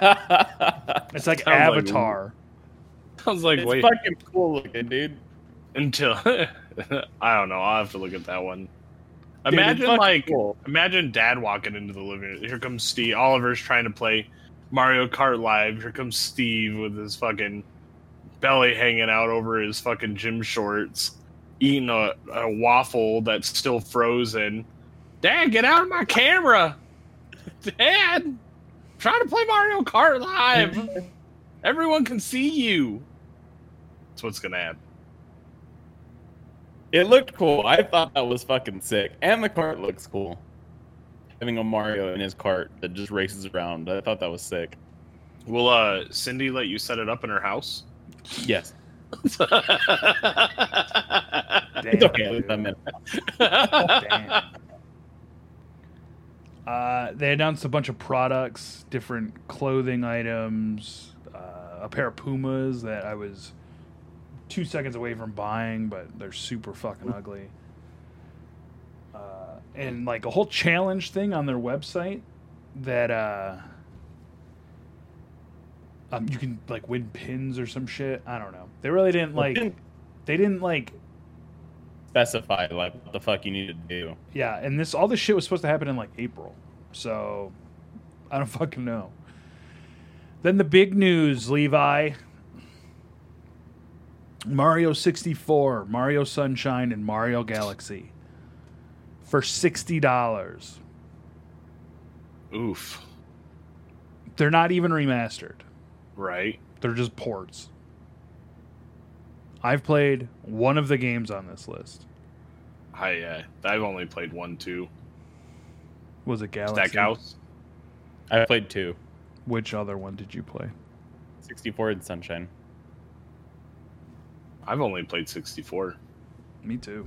It's like Sounds like- Avatar. I was like, it's wait fucking cool looking, dude. until I don't know. I'll have to look at that one. Imagine like imagine Dad walking into the living room. Here comes Steve. Oliver's trying to play Mario Kart Live. Here comes Steve with his fucking belly hanging out over his fucking gym shorts, eating a, a waffle that's still frozen. Dad, get out of my camera! Dad, I'm trying to play Mario Kart Live. Everyone can see you. That's what's gonna happen. It looked cool. I thought that was fucking sick. And the cart looks cool. Having a Mario in his cart that just races around. I thought that was sick. Will uh, Cindy let you set it up in her house? Yes. Damn, It's okay. At least dude. I'm in. Damn. Uh, they announced a bunch of products, different clothing items, uh, a pair of Pumas that I was two seconds away from buying, but they're super fucking ugly. Uh, and like a whole challenge thing on their website that uh, um, you can like win pins or some shit. I don't know. They really didn't like. Didn't They didn't like specify like what the fuck you need to do. Yeah, and this all this shit was supposed to happen in like April. So I don't fucking know. Then the big news, Levi. Mario 64, Mario Sunshine and Mario Galaxy for $60. Oof. They're not even remastered. Right? They're just ports. I've played one of the games on this list. I uh, I've only played one two. Was it Galaxy? Stackhouse. I played two. Which other one did you play? 64 and Sunshine. I've only played sixty four. Me too.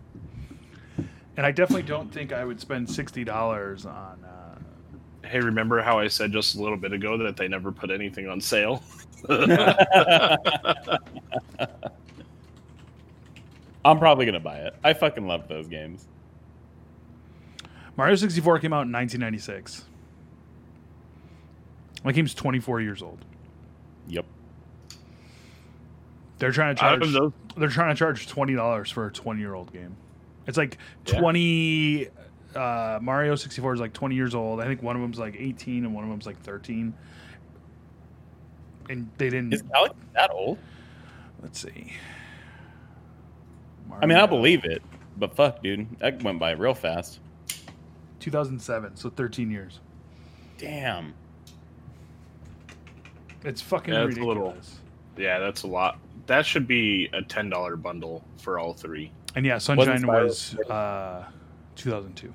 And I definitely don't think I would spend sixty dollars on. Uh, Hey, remember how I said just a little bit ago that they never put anything on sale? I'm probably gonna buy it. I fucking love those games. Mario sixty four came out in nineteen ninety six. My game's twenty four years old. Yep. They're trying to Out of charge. those, They're trying to charge twenty dollars for a twenty year old game. It's like Yeah. twenty. Uh, Mario sixty four is like twenty years old. I think one of them's like eighteen and one of them's like thirteen. And they didn't. Is Galaxy that old? let's see. I mean, I Mario- believe it, but fuck, dude, that went by real fast. 2007, so 13 years. Damn. It's fucking Yeah, it's a ridiculous. little- yeah, that's a lot. That should be a ten dollar bundle for all three. And yeah, Sunshine Spyro- was uh, 2002. Go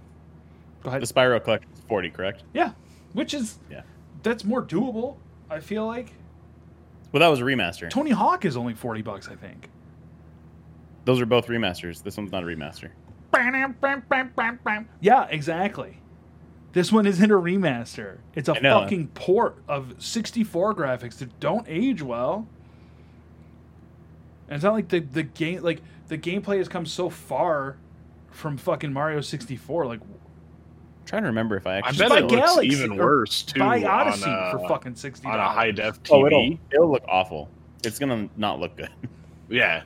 The ahead. Spyro collection is 40, correct? Yeah, which is Yeah. that's more doable. I feel like Well, that was a remaster. Tony Hawk is only 40 bucks. I think. Those are both remasters. This one's not a remaster. Yeah, exactly. This one isn't a remaster. It's a I know. fucking port of 64 graphics that don't age well. And it's not like the the game like the gameplay has come so far from fucking Mario 64. Like I'm trying to remember if I I actually. bet buy it looks Galaxy even or worse too buy Odyssey on a, for fucking 60. on a high def oh, it'll, TV. it'll look awful. It's gonna not look good. yeah,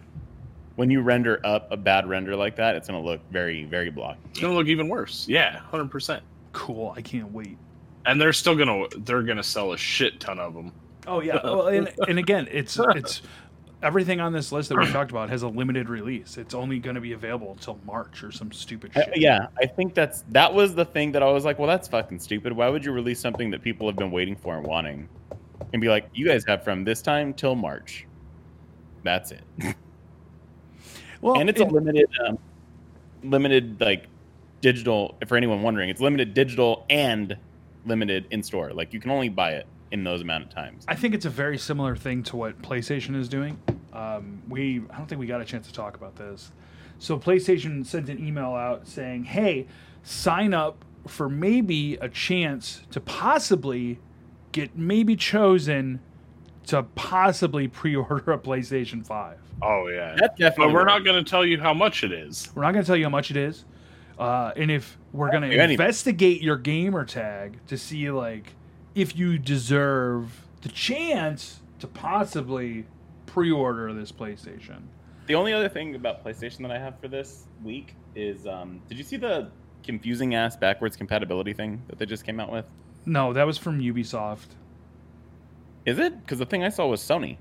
when you render up a bad render like that, it's gonna look very, very blocky. it's gonna look even worse. Yeah, hundred percent. Cool. I can't wait. And they're still gonna they're gonna sell a shit ton of them. Oh yeah. Well, and, and again, it's it's everything on this list that we talked about has a limited release. It's only going to be available until March or some stupid I- shit. Uh, yeah, I think that's that was the thing that I was like, well, that's fucking stupid. Why would you release something that people have been waiting for and wanting, and be like, you guys have from this time till March. That's it, Well, and it's a it- limited, um, limited like digital. For anyone wondering, it's limited digital and limited in store. Like you can only buy it in those amount of times. I think it's a very similar thing to what PlayStation is doing. Um, we I don't think we got a chance to talk about this. So PlayStation sent an email out saying, "Hey, sign up for maybe a chance to possibly get maybe chosen to possibly pre-order a PlayStation 5." Oh yeah. That But definitely. we're works. not going to tell you how much it is. We're not going to tell you how much it is, uh, and if we're going do to anything. investigate your gamer tag to see like if you deserve the chance to possibly pre-order this PlayStation. The only other thing about PlayStation that I have for this week is, um, did you see the confusing ass backwards compatibility thing that they just came out with? No, that was from Ubisoft. Is it? Because the thing I saw was Sony.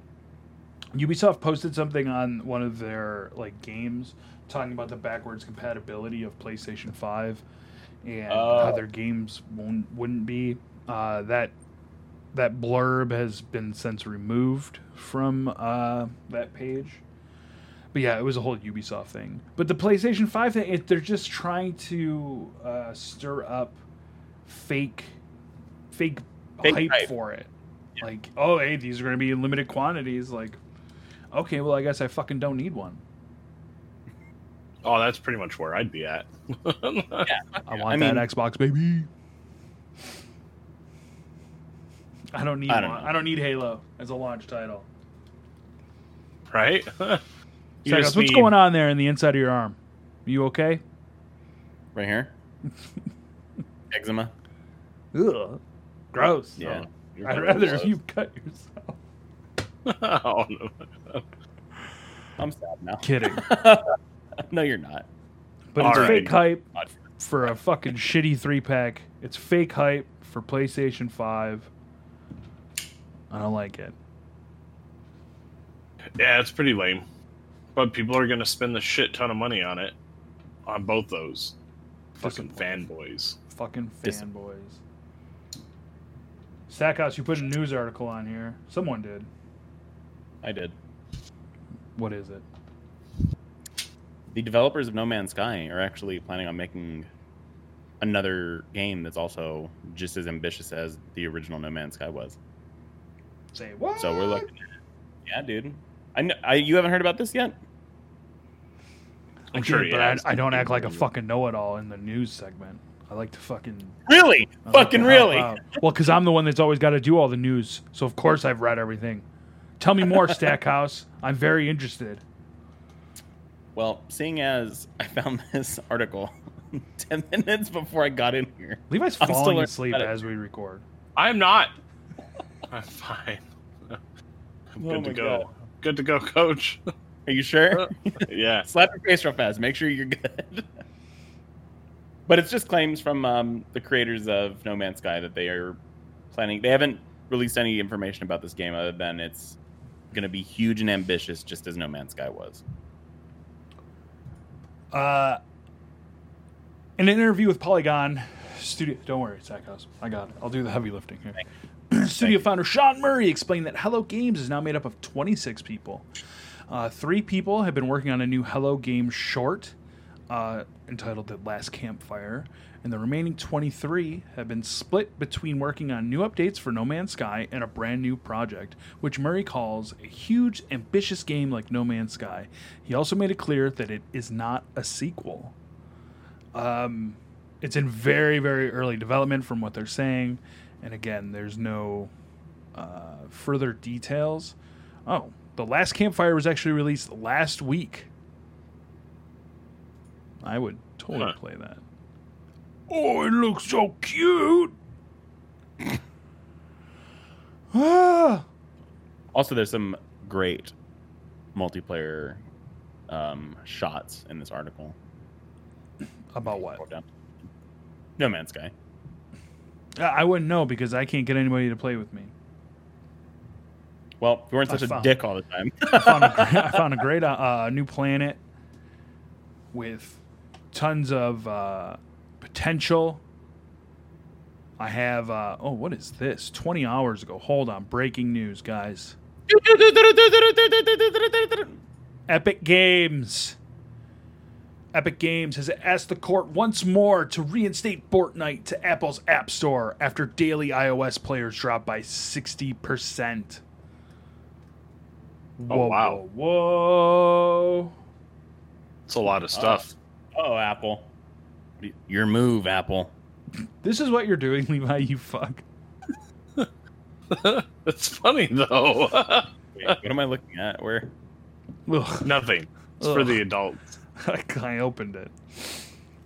Ubisoft posted something on one of their like games talking about the backwards compatibility of PlayStation 5 and how Oh. their games won't, wouldn't be. Uh, that that blurb has been since removed from uh, that page. But yeah, it was a whole Ubisoft thing. But the PlayStation 5 thing, it, they're just trying to uh, stir up fake fake, Fake hype, hype. for it. Like, oh, hey, these are going to be in limited quantities. Like, okay, well, I guess I fucking don't need one. Oh, that's pretty much where I'd be at. I want I that mean- Xbox, baby. I don't need. I don't one. know. I don't need Halo as a launch title. right? Sagos, what's going on there in the inside of your arm? You okay? Right here. Eczema. Ugh, gross. Yeah. I'd rather you cut yourself. oh, no. I'm sad now. Kidding, no, you're not. but it's All right. fake hype for a fucking shitty three pack. It's fake hype for PlayStation Five. I don't like it. Yeah, it's pretty lame. But people are going to spend a shit ton of money on it, on both those. Fucking Disappointing. fanboys. Fucking Dis- fanboys. Stackhouse, you put a news article on here. Someone did. I did. What is it? The developers of No Man's Sky are actually planning on making another game that's also just as ambitious as the original No Man's Sky was. Say what? So we're looking. At, yeah, dude. I, know, I you haven't heard about this yet? I I'm sure did, he but has. I, I don't act like a fucking know-it-all in the news segment. I like to fucking Really? I like Fucking to help really? out. Well, because I'm the one that's always got to do all the news, so of course I've read everything. Tell me more, Stackhouse. I'm very interested. Well, seeing as I found this article 10 minutes before I got in here, Levi's I'm still falling learning asleep about it. as we record. I'm not. I'm fine. I'm Oh good to my go. God. Good to go, coach. are you sure? yeah. Slap your face real fast. Make sure you're good. but it's just claims from um, the creators of No Man's Sky that they are planning. They haven't released any information about this game other than it's going to be huge and ambitious, just as No Man's Sky was. Uh, in an interview with Polygon Studio, don't worry, Sackhouse, I got it. I'll do the heavy lifting here. studio founder Sean Murray explained that Hello Games is now made up of 26 people. Uh, three people have been working on a new Hello Games short uh, entitled The Last Campfire, and the remaining 23 have been split between working on new updates for No Man's Sky and a brand new project, which Murray calls a huge, ambitious game like No Man's Sky. He also made it clear that it is not a sequel. Um, it's in very, very early development from what they're saying, and again, there's no uh, further details. Oh, The Last Campfire was actually released last week. I would totally Huh. play that. Oh, it looks so cute. ah. Also, there's some great multiplayer um, shots in this article. About what? Scroll down. No Man's Sky. I- I wouldn't know because I can't get anybody to play with me. Well, you weren't such I a found- dick all the time. I found a great, I found a great uh, new planet with tons of uh, potential. I have, uh, oh, what is this? 20 hours ago. Hold on. Breaking news, guys. Epic Games. Epic Games has asked the court once more to reinstate Fortnite to Apple's App Store after daily iOS players dropped by 60%. Whoa, wow. Whoa. It's a Uh, lot of stuff. oh, Apple. Your move, Apple. This is what you're doing, Levi, you fuck. That's funny though. Wait, what am I looking at? Where? Ugh, Nothing. It's for Ugh. the adults. I opened it.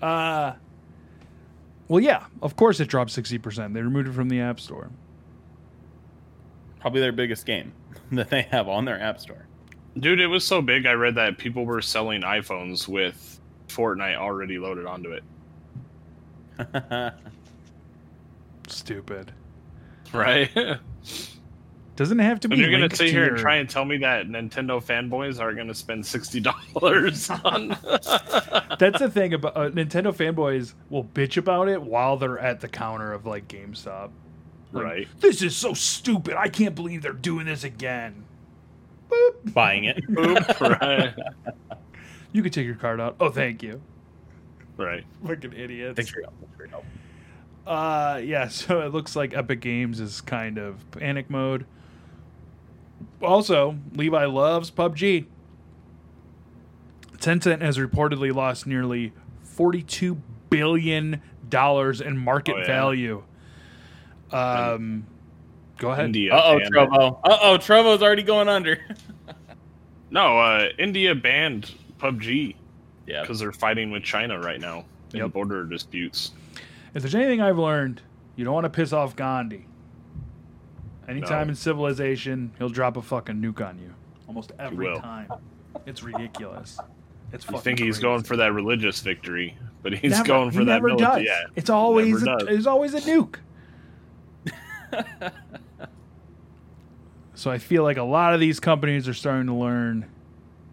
Uh, well, yeah, of course it dropped 60%. They removed it from the App Store. Probably their biggest game that they have on their app store. Dude, it was so big I read that people were selling iPhones with Fortnite already loaded onto it. Stupid. Right? and Doesn't it have to be. you're gonna linked sit to here your- and try and tell me that Nintendo fanboys are gonna spend sixty dollars on That's the thing about uh, Nintendo fanboys will bitch about it while they're at the counter of like GameStop. Like, Right. This is so stupid. I can't believe they're doing this again. Boop. Buying it. Oop, right. You can take your card out. Oh, thank you. Right. Fucking idiots. Thanks for your help. Thanks for your help. Uh, yeah. So it looks like Epic Games is kind of panic mode. Also, Levi loves PUBG. Tencent has reportedly lost nearly forty-two billion dollars in market Oh, yeah. value. Um, go ahead. India. Uh oh, banned it. Trovo. Uh oh, Trovo's already going under. No, uh, India banned PUBG yeah. because they're fighting with China right now in Yep. border disputes. If there's anything I've learned, you don't want to piss off Gandhi. Anytime No. in civilization, he'll drop a fucking nuke on you. Almost every will. time. It's ridiculous. It's You fucking. think he's crazy. going for that religious victory, but he's Never- going for he that never mili- does. Yeah. It's always never a, does. it's always a nuke. so I feel like a lot of these companies are starting to learn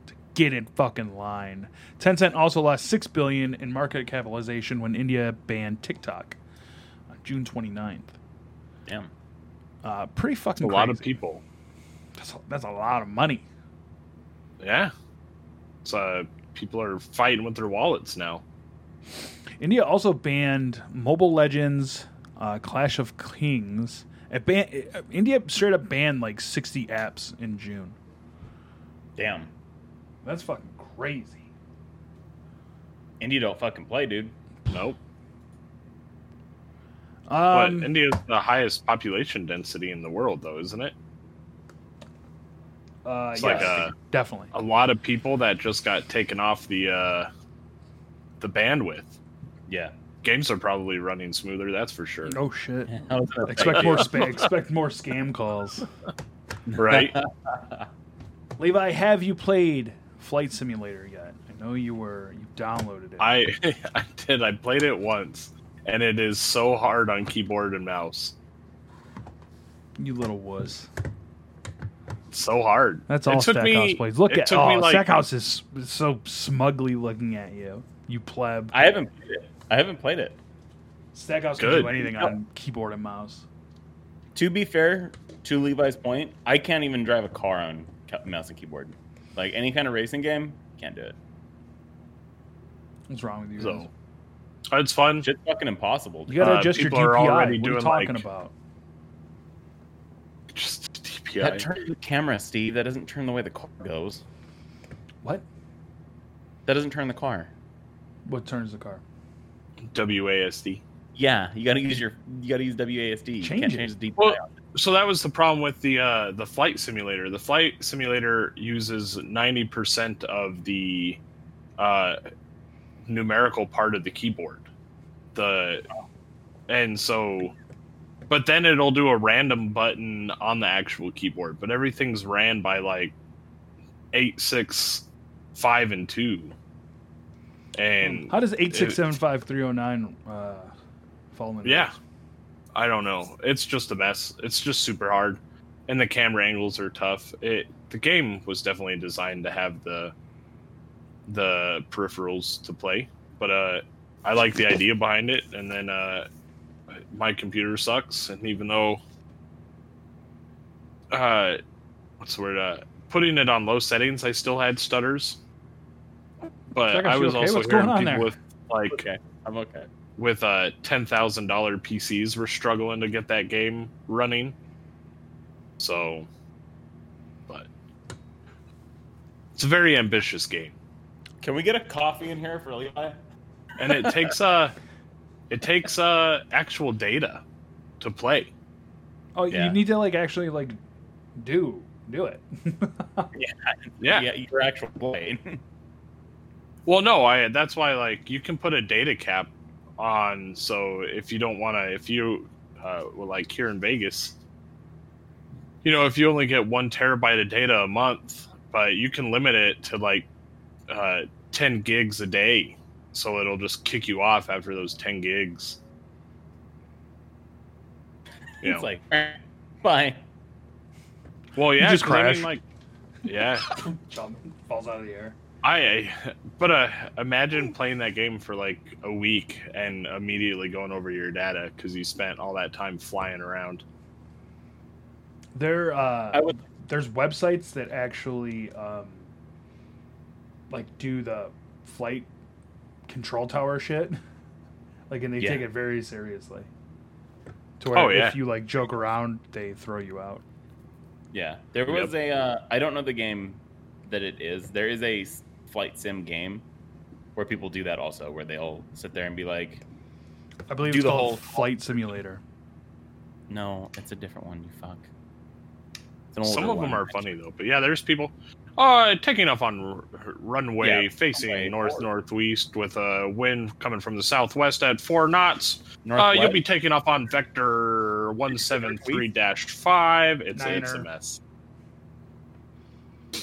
to get in fucking line. Tencent also lost six billion in market capitalization when India banned TikTok on June 29th. Damn. Uh, pretty fucking A lot of crazy. people. That's a, that's a lot of money. Yeah. So uh, people are fighting with their wallets now. India also banned Mobile Legends, uh, Clash of Kings. It ban- uh, India straight up banned like 60 apps in June. Damn. That's fucking crazy. And you don't fucking play, dude. Nope. But Um, India's the highest population density in the world, though, isn't it? uh, yes, It's like a, definitely. a lot of people that just got taken off the uh, the bandwidth. Yeah. Games are probably running smoother, that's for sure. Oh shit! I was gonna Expect say, more spa- expect more scam calls. Right? Levi, have you played Flight Simulator yet? I know you were. You downloaded it. I I did. I played it once, and it is so hard on keyboard and mouse. you little wuss. It's so hard. That's all it took Stackhouse me, plays. Look it at took oh, me like, Stackhouse is is so smugly looking at you. You pleb. I haven't played it. I haven't played it. Stackhouse can Good. do anything No. on keyboard and mouse. To be fair, to Levi's point, I can't even drive a car on cu- mouse and keyboard. Like any kind of racing game, can't do it. What's wrong with you? guys? So it's fun. Shit's fucking impossible. dude. you gotta uh, adjust your people are DPI. already what are you doing, talking like- about? Just DPI. That turns the camera, Steve. That doesn't turn the way the car goes. What? That doesn't turn the car. What turns the car? WASD. Yeah, you gotta use your you gotta use WASD. You Change can't it. change the DPI. Well, so that was the problem with the uh, the flight simulator. The flight simulator uses ninety percent of the uh, numerical part of the keyboard. The and so, but then it'll do a random button on the actual keyboard. But everything's ran by like eight, six, five, and two. And How does eight six seven five three zero nine uh, fall in? yeah, I don't know. It's just a mess. It's just super hard. and the camera angles are tough. It the game was definitely designed to have the the peripherals to play, but uh, I like the idea behind it. And then uh, my computer sucks, and even though uh, what's the word? Uh, putting it on low settings, I still had stutters. But Second, I you was okay? also What's hearing going on there? people with like Okay, I'm okay. with uh ten thousand dollar PCs were struggling to get that game running. So but it's a very ambitious game. Can we get a coffee in here for Levi? And it takes uh it takes uh actual data to play. Oh, Yeah. you need to like actually like do do it. Yeah. your actual plane. Well no, I that's why like you can put a data cap on so if you don't wanna if you uh well, like here in Vegas you know, if you only get one terabyte of data a month, but you can limit it to like uh, 10 gigs a day. So it'll just kick you off after those 10 gigs. You know. It's like, eh, fine. well, yeah, just 'cause I mean, crash. like, yeah, Chum falls out of the air. I, I- but uh, imagine playing that game for like a week and immediately going over your data because you spent all that time flying around. There, I uh, would. there's websites that actually um, like do the flight control tower shit. Like, and they Yeah. take it very seriously. To where Oh, yeah. if you like joke around, they throw you out. Yeah, there was a. Uh, I don't know the game that it is. There is a s- flight sim game where people do that also, where they'll sit there and be like, I believe Do it's the called whole- Flight Simulator. "No, it's a different one. You fuck." It's an older Some of one. them are funny though, but yeah, there's people uh, taking off on r- r- runway Yeah, facing runway north forward. northwest with a wind coming from the southwest at four knots. Uh, Northwest. you'll be taking off on vector one seven three five. It's a, it's a Niner. mess, Um,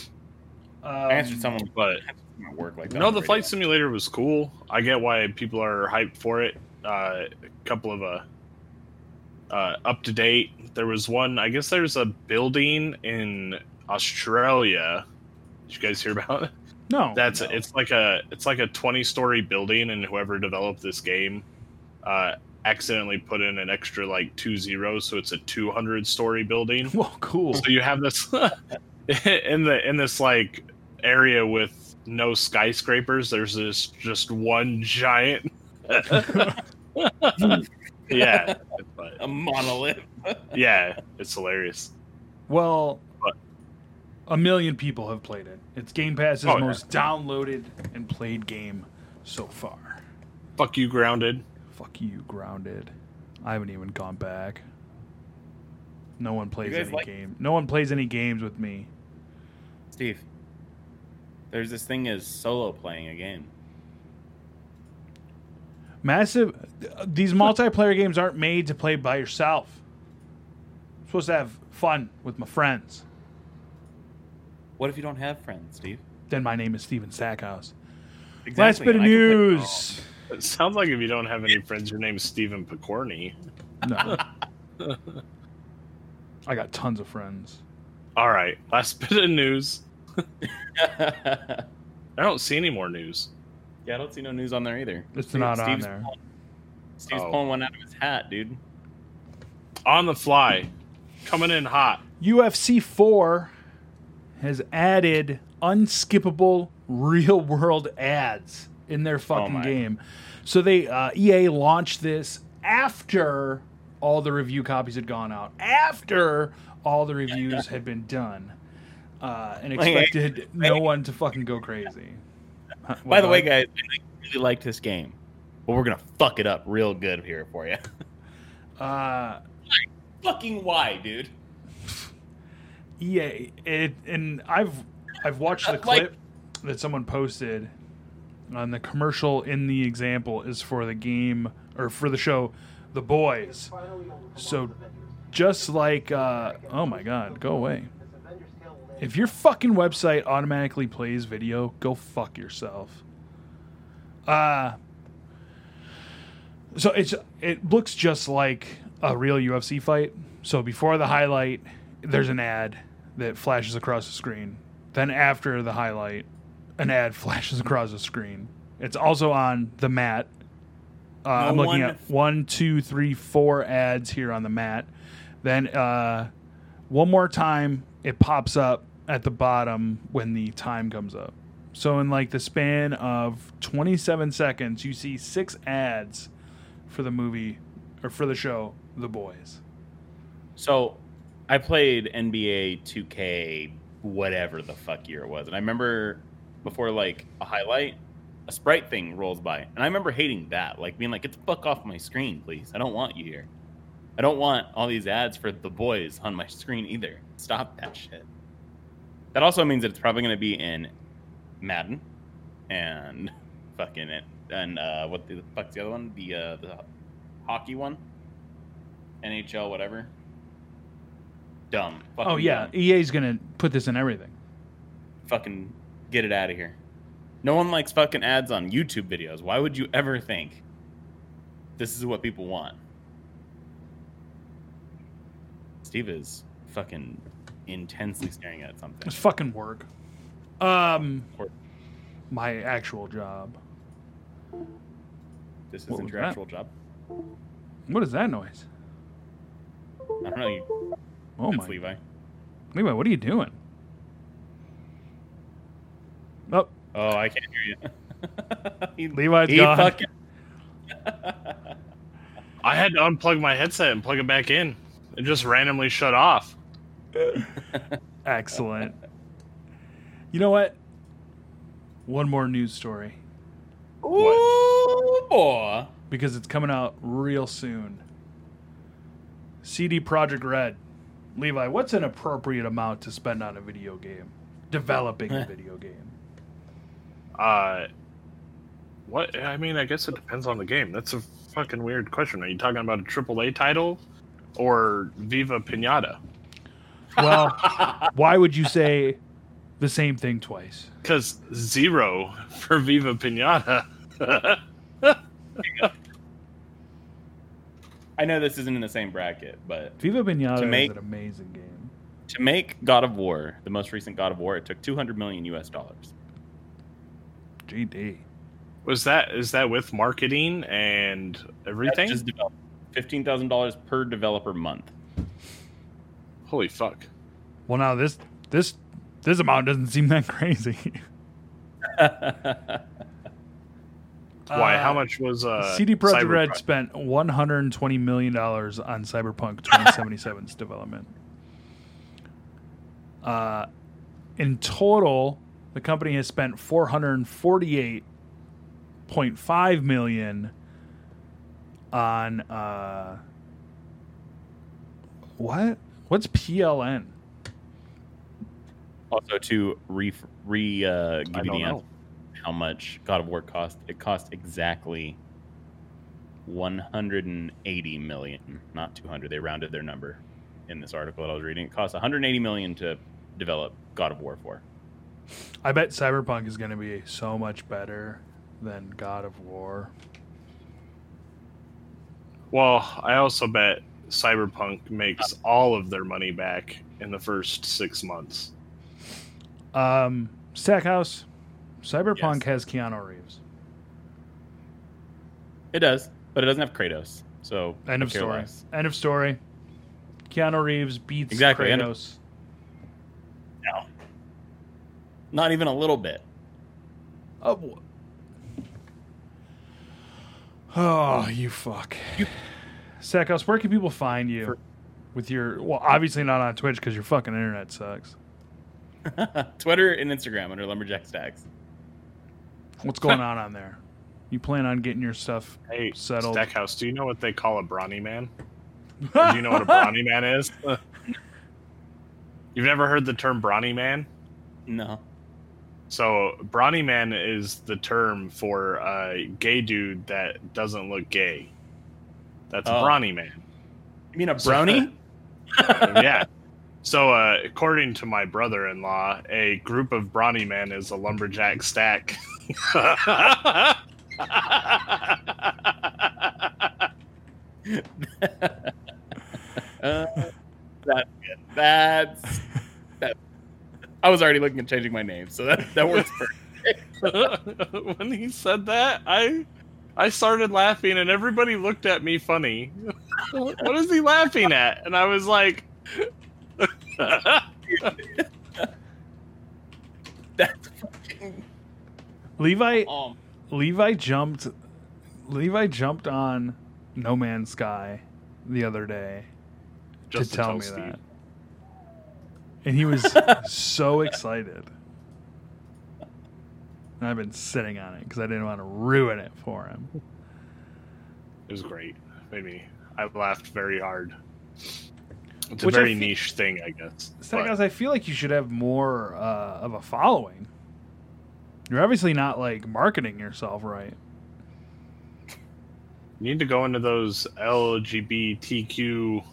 I answered someone but at work like that. no, on the radio. flight simulator was cool. I get why people are hyped for it. Uh, a couple of uh, uh, up to date. There was one. I guess there's a building in Australia. Did you guys hear about? Oh, No, That's no. it's like a it's like a twenty story building, and whoever developed this game, uh, accidentally put in an extra like two zeros, so it's a two hundred story building. well, cool. So you have this in the in this like area with no skyscrapers. There's this just one giant. yeah, but a monolith. yeah, it's hilarious. Well, What? a million people have played it. It's Game Pass's Oh, yeah. most downloaded and played game so far. Fuck you, grounded. Fuck you, Grounded. I haven't even gone back. No one plays guys any like- game. No one plays any games with me. Steve, there's this thing as solo playing a game. Massive. These multiplayer games aren't made to play by yourself. I'm supposed to have fun with my friends. What if you don't have friends, Steve? Then my name is Steven Sackhouse. Exactly. Last bit of and I can play- news. It sounds like if you don't have any friends, your name's Stephen Picorni. No. I got tons of friends. All right, last bit of news. yeah, I don't see any more news. I don't see no news on there either. It's not on there. Pulling, Steve's Oh. pulling one out of his hat, dude. On the fly, coming in hot. UFC 4 has added unskippable real world ads in their fucking Oh my. game. So they uh, EA launched this after all the review copies had gone out, after all the reviews had been done, uh, and Like, expected no one to fucking go crazy. Huh, By what, the way, what? guys, I really liked this game, but we're gonna fuck it up real good here for you. uh, Fucking why, dude? EA it and I've I've watched the Like- clip that someone posted on the commercial in the example is for the game or for the show The Boys. So just like uh, oh my god, go away. If your fucking website automatically plays video, go fuck yourself. Uh so it's it looks just like a real UFC fight. So before the highlight, there's an ad that flashes across the screen. Then after the highlight, an ad flashes across the screen. It's also on the mat. Uh, I'm one- looking at one, two, three, four ads here on the mat. Then uh, one more time, it pops up at the bottom when the time comes up. So in like the span of 27 seconds, you see six ads for the movie or for the show The Boys. So I played NBA 2K, whatever the fuck year it was. And I remember before like a highlight, a sprite thing rolls by. And I remember hating that, like being like, get the fuck off my screen, please. I don't want you here. I don't want all these ads for the boys on my screen either. Stop that shit. That also means that it's probably going to be in Madden and fucking it. And uh, what the fuck's the other one? The, uh, the hockey one? NHL, whatever. Dumb. Fucking Oh yeah, dumb. EA's gonna put this in everything. fucking get it out of here. No one likes fucking ads on YouTube videos. Why would you ever think this is what people want? Steve is fucking intensely staring at something. It's fucking work. Um, Work. my actual job. This What isn't was your that? actual job. What is that noise? I don't know. You, Oh it's my, Levi. Levi. what are you doing? Oh, Oh, I can't hear you. he, Levi's he gone. fucking. I had to unplug my headset and plug it back in. It just randomly shut off. excellent. you know what? One more news story Ooh, boy. because it's coming out real soon. CD Project Red, Levi, what's an appropriate amount to spend on a video game? Developing a video game. Uh, what? I mean, I guess it depends on the game. That's a fucking weird question. Are you talking about a AAA title or Viva Pinata? Well, why would you say the same thing twice? Because zero for Viva Pinata. I know this isn't in the same bracket, but Viva Pinata To make- is an amazing game. to make God of War, the most recent God of War, it took 200 million US dollars. GD. Was that is that with marketing and That's everything? Just develop. Fifteen thousand dollars per developer month. Holy fuck! Well, now this this this amount doesn't seem that crazy. Why? Uh, How much was uh, CD Projekt Cyberpunk? Red spent 120 million dollars on Cyberpunk 2077's development. Uh, in total, the company has spent 448.5 million on uh, what? What's PLN? also, to re re uh, I don't give you the know. answer, how much God of War cost? It cost exactly one hundred and eighty million, not two hundred. They rounded their number in this article that I was reading. It cost one hundred eighty million to develop God of War for. I bet Cyberpunk is going to be so much better than God of War. Well, I also bet Cyberpunk makes all of their money back in the first six months. Um, Stackhouse, Cyberpunk Yes. has Keanu Reeves. It does, but it doesn't have Kratos. So End I of care story. less. End of story. Keanu Reeves beats Exactly, end of- Kratos. Not even a little bit. Oh, wha- oh, you fuck. Stackhouse, where can people find you? For- with your well, obviously not on Twitch because your fucking internet sucks. Twitter and Instagram under Lumberjack Stacks. What's going on on there? You plan on getting your stuff? Hey, Settled. Stackhouse, do you know what they call a brawny man? Or do you know what a brawny man is? You've never heard the term brawny man? No. So, brawny man is the term for a gay dude that doesn't look gay. That's a Oh. brawny man. You mean a So- brony? yeah. So, uh, according to my brother in law, a group of brawny men is a lumberjack stack. Uh, That's good. That's that. I was already looking at changing my name, so that that works perfect. when he said that, I I started laughing and everybody looked at me funny. what is he laughing at? And I was like That's fucking Levi um. Levi jumped Levi jumped on No Man's Sky the other day just to tell me Steve. that. And he was so excited. And I've been sitting on it because I didn't want to ruin it for him. It was great. Made me I laughed very hard. It's a Which I very fe- niche thing, I guess. Second, but- guys, I feel like you should have more uh, of a following. You're obviously not like marketing yourself right. You need to go into those LGBTQ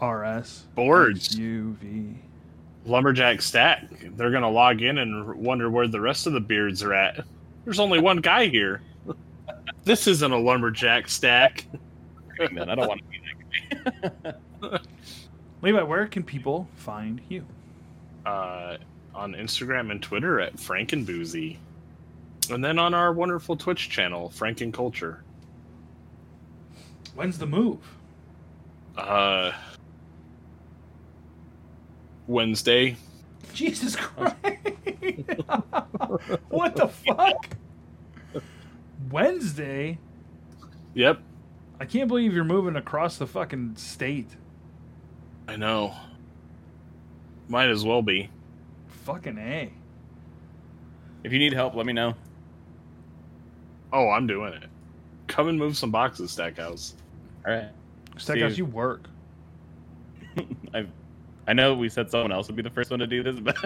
RS boards, UV. Lumberjack Stack. They're going to log in and wonder where the rest of the beards are at. There's only one guy here. This isn't a Lumberjack Stack. Man, I don't want to be Levi, where can people find you? Uh, on Instagram and Twitter at Frankenboozy. And then on our wonderful Twitch channel, Franken Culture. When's the move? Uh, Wednesday. Jesus Christ! what the fuck? Wednesday? Yep, I can't believe you're moving across the fucking state. I know. Might as well be. Fucking A. If you need help, let me know. Oh, I'm doing it. Come and move some boxes, Stackhouse. All right. Stackhouse, Dude. you work. I I know we said someone else would be the first one to do this, but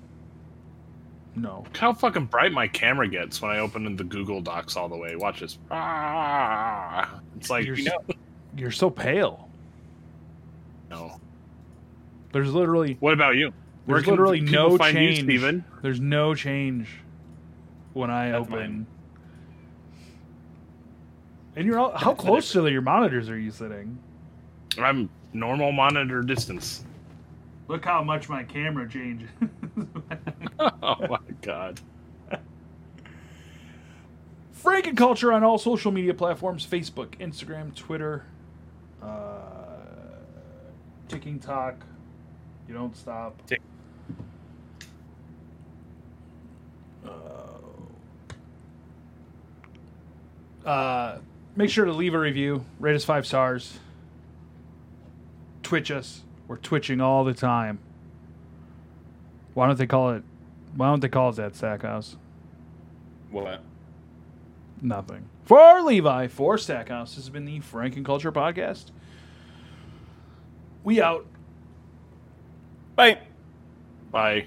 No. Look how fucking bright my camera gets when I open the Google Docs all the way. Watch this. Ah, it's like you're, you so, you're so pale. know. There's literally What about you? there's can literally people no find you, change. Steven? There's no change when I That's open. mine. And you're all, how That's the close to your monitors are you sitting? I'm normal monitor distance. Look how much my camera changes. oh my god. Frankenculture on all social media platforms Facebook, Instagram, Twitter, uh, Ticking Talk. You don't stop. Tick. Uh, uh, make sure to leave a review, rate us five stars, twitch us. We're twitching all the time. Why don't they call it? Why don't they call it that, Stackhouse? what? Nothing. For Levi, for Stackhouse, this has been the Franken Culture Podcast. We out. Bye. Bye.